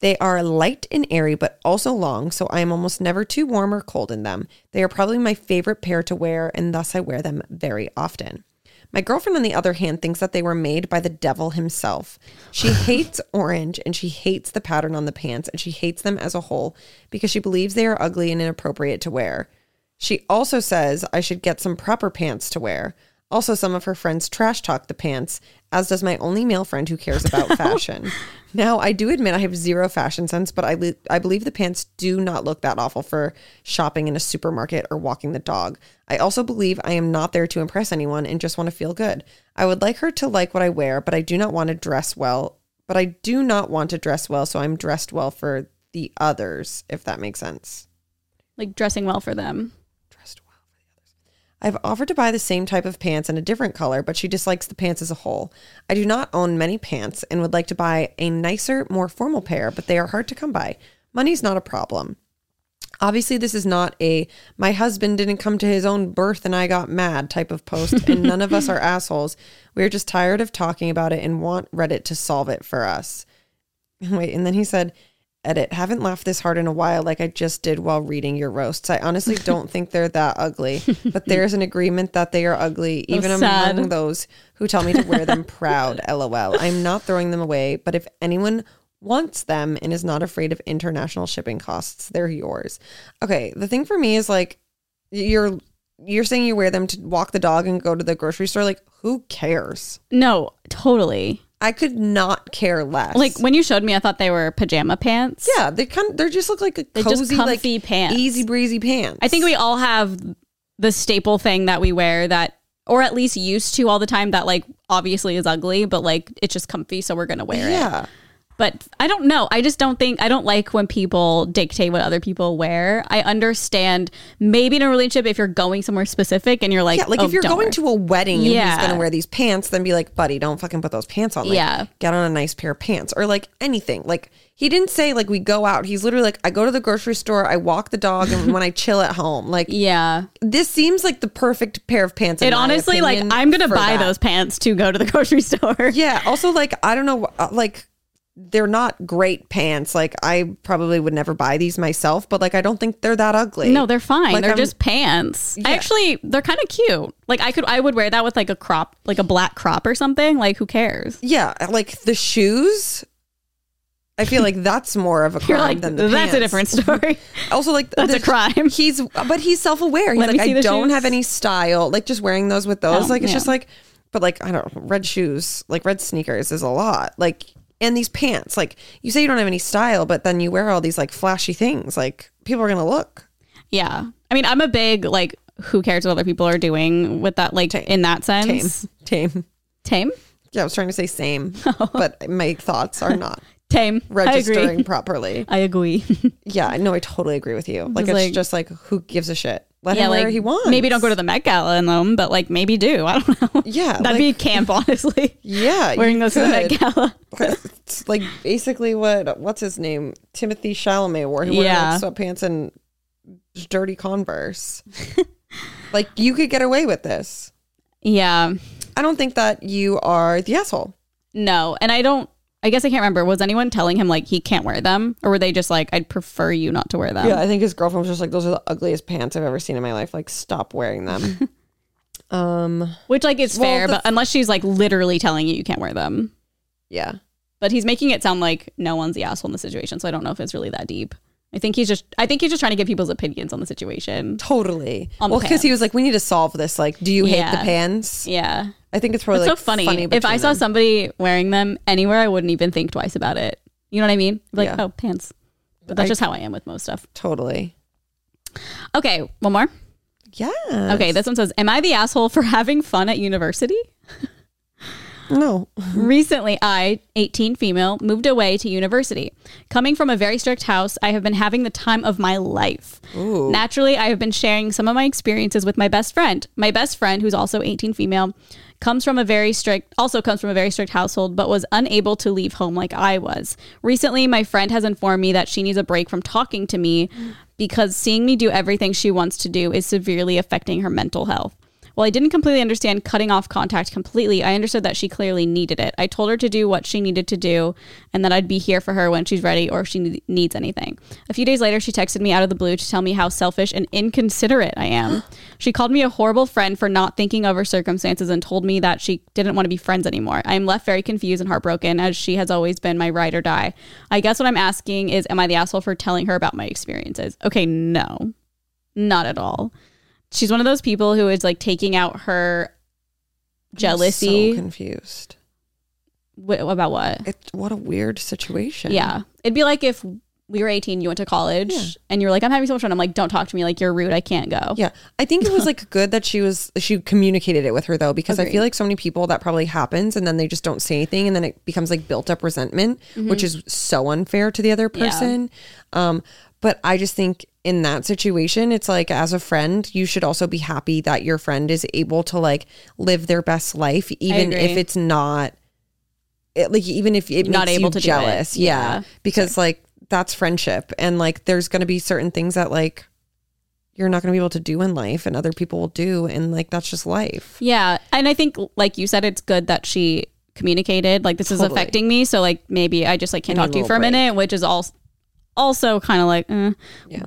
Speaker 1: They are light and airy, but also long, so I am almost never too warm or cold in them. They are probably my favorite pair to wear, and thus I wear them very often. My girlfriend, on the other hand, thinks that they were made by the devil himself. She hates orange and she hates the pattern on the pants and she hates them as a whole because she believes they are ugly and inappropriate to wear. She also says I should get some proper pants to wear. Also, some of her friends trash talk the pants, as does my only male friend who cares about fashion. now, I do admit I have zero fashion sense, but I, li- I believe the pants do not look that awful for shopping in a supermarket or walking the dog. I also believe I am not there to impress anyone and just want to feel good. I would like her to like what I wear, but I do not want to dress well. But I do not want to dress well, so I'm dressed well for the others, if that makes sense.
Speaker 2: Like dressing well for them.
Speaker 1: Dressed well for the others. I've offered to buy the same type of pants in a different color, but she dislikes the pants as a whole. I do not own many pants and would like to buy a nicer, more formal pair, but they are hard to come by. Money's not a problem. Obviously, this is not a my husband didn't come to his own birth and I got mad type of post, and none of us are assholes. We're just tired of talking about it and want Reddit to solve it for us. Wait, and then he said, Edit, haven't laughed this hard in a while like I just did while reading your roasts. I honestly don't think they're that ugly, but there's an agreement that they are ugly, even
Speaker 2: sad.
Speaker 1: among those who tell me to wear them proud. LOL. I'm not throwing them away, but if anyone wants them and is not afraid of international shipping costs, they're yours. Okay, the thing for me is like you're you're saying you wear them to walk the dog and go to the grocery store like who cares?
Speaker 2: No, totally.
Speaker 1: I could not care less.
Speaker 2: Like when you showed me, I thought they were pajama pants.
Speaker 1: Yeah, they kind of, they just look like a
Speaker 2: just
Speaker 1: cozy, like
Speaker 2: comfy pants.
Speaker 1: easy breezy pants.
Speaker 2: I think we all have the staple thing that we wear that, or at least used to all the time, that like obviously is ugly, but like it's just comfy, so we're gonna wear it.
Speaker 1: yeah.
Speaker 2: But I don't know. I just don't think, I don't like when people dictate what other people wear. I understand maybe in a relationship if you're going somewhere specific and you're like,
Speaker 1: Yeah, like
Speaker 2: oh,
Speaker 1: if you're
Speaker 2: don't
Speaker 1: going
Speaker 2: wear-
Speaker 1: to a wedding and
Speaker 2: Yeah.
Speaker 1: he's gonna wear these pants, then be like, buddy, don't fucking put those pants on. Like,
Speaker 2: Yeah.
Speaker 1: get on a nice pair of pants or like anything. Like he didn't say like we go out. He's literally like, I go to the grocery store, I walk the dog, and when I chill at home, like
Speaker 2: Yeah.
Speaker 1: this seems like the perfect pair of pants. in
Speaker 2: It
Speaker 1: my
Speaker 2: honestly, like,
Speaker 1: opinion,
Speaker 2: I'm going to
Speaker 1: for
Speaker 2: buy
Speaker 1: that.
Speaker 2: those pants to go to the grocery store.
Speaker 1: Yeah. Also, like I don't know, uh, like they're not great pants. Like I probably would never buy these myself, but like I don't think they're that ugly.
Speaker 2: No, they're fine.
Speaker 1: Like,
Speaker 2: they're
Speaker 1: I'm-
Speaker 2: just pants. I actually, they're kind of cute. Like I could, I would wear that with like a crop, like a black crop or something. Like who cares?
Speaker 1: Yeah, uh, like the shoes. I feel like that's more of a crime
Speaker 2: You're like,
Speaker 1: than the
Speaker 2: that's a
Speaker 1: pants.
Speaker 2: different story.
Speaker 1: Also, like
Speaker 2: That's a crime.
Speaker 1: He's but he's self aware. He's
Speaker 2: Let me
Speaker 1: like,
Speaker 2: see
Speaker 1: I
Speaker 2: the
Speaker 1: don't
Speaker 2: shoes."
Speaker 1: have any style. Like just wearing those with those.
Speaker 2: Oh,
Speaker 1: like it's
Speaker 2: yeah.
Speaker 1: just like, but like I don't know, red shoes, like red sneakers is a lot. Like and these pants, like you say you don't have any style, but then you wear all these like flashy things. Like people are gonna look.
Speaker 2: yeah. I mean, I'm a big, like, who cares what other people are doing with that, like, in that
Speaker 1: Tame,
Speaker 2: sense.
Speaker 1: tame.
Speaker 2: Tame.
Speaker 1: Yeah, I was trying to say same, but my thoughts are not
Speaker 2: Tame. I
Speaker 1: registering
Speaker 2: agree.
Speaker 1: properly.
Speaker 2: I agree.
Speaker 1: Yeah, no, I totally agree with you. Like it's,
Speaker 2: like-
Speaker 1: just like who gives a shit? Let
Speaker 2: yeah,
Speaker 1: him wear
Speaker 2: like
Speaker 1: what he wants.
Speaker 2: maybe don't go to the Met Gala in them, but like maybe do. I don't know.
Speaker 1: Yeah,
Speaker 2: that'd be camp, honestly.
Speaker 1: yeah
Speaker 2: Wearing
Speaker 1: you
Speaker 2: those to the Met
Speaker 1: could.
Speaker 2: Gala.
Speaker 1: it's like basically what what's his name Timothy Chalamet wore. He wore
Speaker 2: Yeah.
Speaker 1: like sweatpants and dirty Converse. like you could get away with this.
Speaker 2: Yeah.
Speaker 1: I don't think that you are the asshole.
Speaker 2: No, and I don't. I guess I can't remember. Was anyone telling him like he can't wear them, or were they just like, "I'd prefer you not to wear them"?
Speaker 1: Yeah, I think his girlfriend was just like, "Those are the ugliest pants I've ever seen in my life. Like, stop wearing them." um.
Speaker 2: Which like is
Speaker 1: Well,
Speaker 2: fair,
Speaker 1: the-
Speaker 2: but unless she's like literally telling you you can't wear them,
Speaker 1: Yeah.
Speaker 2: but he's making it sound like no one's the asshole in the situation. So I don't know if it's really that deep. I think he's just. I think he's just trying to get people's opinions on the situation.
Speaker 1: Totally.
Speaker 2: On the
Speaker 1: well, because he
Speaker 2: pants.
Speaker 1: was like, "We need to solve this. Like, do you hate the
Speaker 2: Yeah.
Speaker 1: pants?"
Speaker 2: Yeah,
Speaker 1: I think it's probably
Speaker 2: it's
Speaker 1: like,
Speaker 2: so funny. if
Speaker 1: between
Speaker 2: I saw
Speaker 1: them.
Speaker 2: somebody wearing them anywhere, I wouldn't even think twice about it. You know what I mean? Like,
Speaker 1: Yeah.
Speaker 2: oh, pants. But that's
Speaker 1: I-
Speaker 2: just how I am with most stuff.
Speaker 1: totally,
Speaker 2: Okay, one more.
Speaker 1: yeah,
Speaker 2: Okay, this one says, "Am I the asshole for having fun at university?"
Speaker 1: no,
Speaker 2: Recently, I, 18 female, moved away to university. Coming from a very strict house, I have been having the time of my life.
Speaker 1: Ooh.
Speaker 2: Naturally, I have been sharing some of my experiences with my best friend. My best friend, who's also 18 female, comes from a very strict also comes from a very strict household but was unable to leave home like I was. Recently, my friend has informed me that she needs a break from talking to me because seeing me do everything she wants to do is severely affecting her mental health. While I didn't completely understand cutting off contact completely, I understood that she clearly needed it. I told her to do what she needed to do and that I'd be here for her when she's ready or if she ne- needs anything. A few days later, she texted me out of the blue to tell me how selfish and inconsiderate I am. she called me a horrible friend for not thinking of her circumstances and told me that she didn't want to be friends anymore. I am left very confused and heartbroken as she has always been my ride or die. I guess what I'm asking is, am I the asshole for telling her about my experiences? Okay, no, not at all she's one of those people who is like taking out her jealousy
Speaker 1: So confused.
Speaker 2: Wh- about what?
Speaker 1: It, what a weird situation.
Speaker 2: Yeah. It'd be like if we were 18, you went to college
Speaker 1: Yeah.
Speaker 2: and you're like, I'm having so much fun. I'm like, don't talk to me. Like, you're rude. I can't go.
Speaker 1: Yeah. I think it was like good that she was she communicated it with her though because I
Speaker 2: Agreed.
Speaker 1: feel like so many people that probably happens and then they just don't say anything and then it becomes like built up resentment, which is so unfair to the other
Speaker 2: Mm-hmm. Yeah.
Speaker 1: person. Um but I just think in that situation it's like as a friend, you should also be happy that your friend is able to like live their best life even if
Speaker 2: agree.
Speaker 1: it's not it, like even if it
Speaker 2: Not
Speaker 1: makes
Speaker 2: able
Speaker 1: you
Speaker 2: to do it.
Speaker 1: jealous. Yeah.
Speaker 2: Yeah.
Speaker 1: Because like that's friendship and like there's going to be certain things that like you're not going to be able to do in life and other people will do and like that's just life
Speaker 2: Yeah. And I think, like you said, it's good that she communicated, like, this is
Speaker 1: Totally.
Speaker 2: affecting me. So, like, maybe I just, like, can't
Speaker 1: I need
Speaker 2: talk to
Speaker 1: a
Speaker 2: you for a
Speaker 1: little
Speaker 2: minute, which is also. Also, kind of like, eh.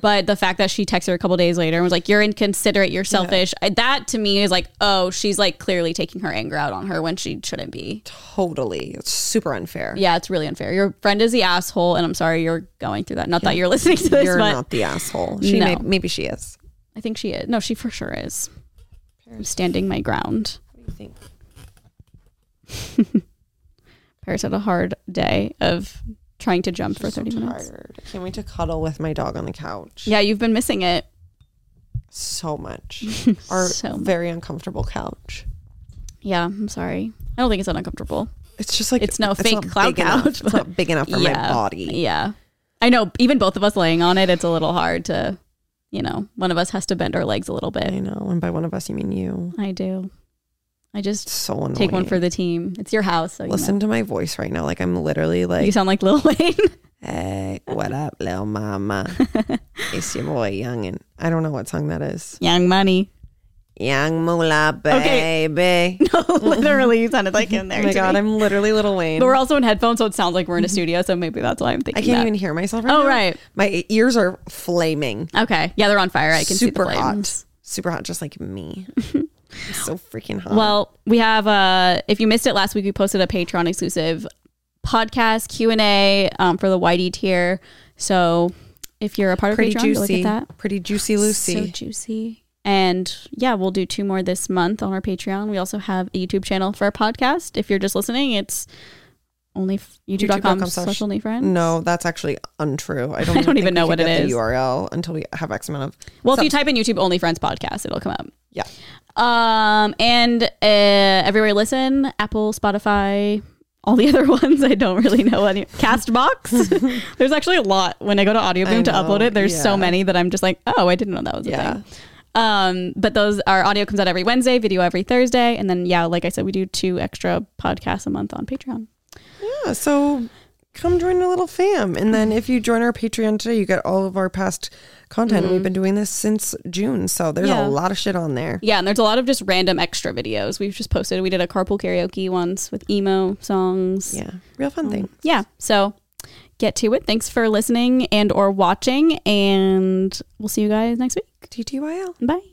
Speaker 2: but the fact that she texted her a couple days later and was like, "You're inconsiderate, you're selfish," I- that to me is like, oh, she's like clearly taking her anger out on her when she shouldn't be.
Speaker 1: totally it's super unfair
Speaker 2: Yeah, it's really unfair. Your friend is the asshole, and I'm sorry you're going through that. Not that you're listening to this,
Speaker 1: you're
Speaker 2: but
Speaker 1: not the asshole she may,
Speaker 2: No.
Speaker 1: maybe she is
Speaker 2: I think she is. No, she for sure is. I'm standing my ground.
Speaker 1: what do you think
Speaker 2: Paris had a hard day of trying to jump for 30 minutes.
Speaker 1: tired i can't wait to cuddle with my dog on the couch
Speaker 2: Yeah, you've been missing it.
Speaker 1: so much our
Speaker 2: So much.
Speaker 1: very uncomfortable couch
Speaker 2: Yeah, I'm sorry. I don't think it's that uncomfortable.
Speaker 1: it's just like
Speaker 2: It's no fake
Speaker 1: not
Speaker 2: cloud
Speaker 1: big enough.
Speaker 2: couch,
Speaker 1: it's not big enough for
Speaker 2: yeah,
Speaker 1: my body
Speaker 2: Yeah, I know. Even both of us laying on it, it's a little hard to, you know, one of us has to bend our legs a little
Speaker 1: i
Speaker 2: bit.
Speaker 1: know and by one of us you mean you
Speaker 2: I do. I
Speaker 1: it's
Speaker 2: just
Speaker 1: so annoying
Speaker 2: take one for the team. It's your house. So you know.
Speaker 1: listen to my voice right now like i'm literally like
Speaker 2: you sound like Lil Wayne.
Speaker 1: Hey, what up, little mama? it's your boy Youngin. I don't know what song that is.
Speaker 2: Young Money.
Speaker 1: Young Moolah,
Speaker 2: Okay.
Speaker 1: baby.
Speaker 2: No, literally, you sounded like him there.
Speaker 1: oh my
Speaker 2: to
Speaker 1: god,
Speaker 2: me.
Speaker 1: I'm literally Little Wayne.
Speaker 2: but we're also in headphones, so it sounds like we're in a studio. So maybe that's why I'm
Speaker 1: I
Speaker 2: thinking.
Speaker 1: can't
Speaker 2: that.
Speaker 1: even hear myself right
Speaker 2: Oh,
Speaker 1: now.
Speaker 2: right.
Speaker 1: My ears are flaming.
Speaker 2: Okay, yeah, they're on fire. I
Speaker 1: Super
Speaker 2: can see the flames.
Speaker 1: hot. Super hot, just like me. I'm so freaking hot.
Speaker 2: Well, we have. Uh, if you missed it last week, we posted a Patreon exclusive podcast Q and A um, for the YD tier. So if you're a part
Speaker 1: pretty
Speaker 2: of Patreon,
Speaker 1: juicy.
Speaker 2: look at that.
Speaker 1: Pretty juicy
Speaker 2: So
Speaker 1: Lucy.
Speaker 2: juicy. And yeah, we'll do two more this month on our Patreon. We also have a YouTube channel for our podcast. If you're just listening, it's only f- youtube.com
Speaker 1: YouTube.com slash- Mm.
Speaker 2: slash only friends.
Speaker 1: no, that's actually untrue. I don't,
Speaker 2: don't even
Speaker 1: think we
Speaker 2: know
Speaker 1: could
Speaker 2: what it
Speaker 1: get the
Speaker 2: is.
Speaker 1: URL until we have X amount of.
Speaker 2: Well, if you type in YouTube Only Friends podcast, it'll come up.
Speaker 1: Yeah.
Speaker 2: Um, and uh, everywhere you listen, Apple, Spotify, all the other ones. I don't really know any. Castbox. there's actually a lot when I go to
Speaker 1: I
Speaker 2: Audioboom to
Speaker 1: know,
Speaker 2: upload it. There's
Speaker 1: yeah.
Speaker 2: so many that I'm just like, oh, I didn't know that was a
Speaker 1: Yeah.
Speaker 2: thing. Um, but those our audio comes out every Wednesday, video every Thursday, and then yeah, like I said, we do two extra podcasts a month on Patreon.
Speaker 1: Yeah, so come join our little fam. And then if you join our Patreon today, you get all of our past content. We've been doing this since June, so there's a
Speaker 2: Yeah.
Speaker 1: lot of shit on there.
Speaker 2: Yeah, and there's a lot of just random extra videos we've just posted. We did a carpool karaoke once with emo songs.
Speaker 1: Yeah, real fun thing.
Speaker 2: yeah so get to it thanks for listening and or watching and we'll see you guys next week
Speaker 1: TTYL.
Speaker 2: bye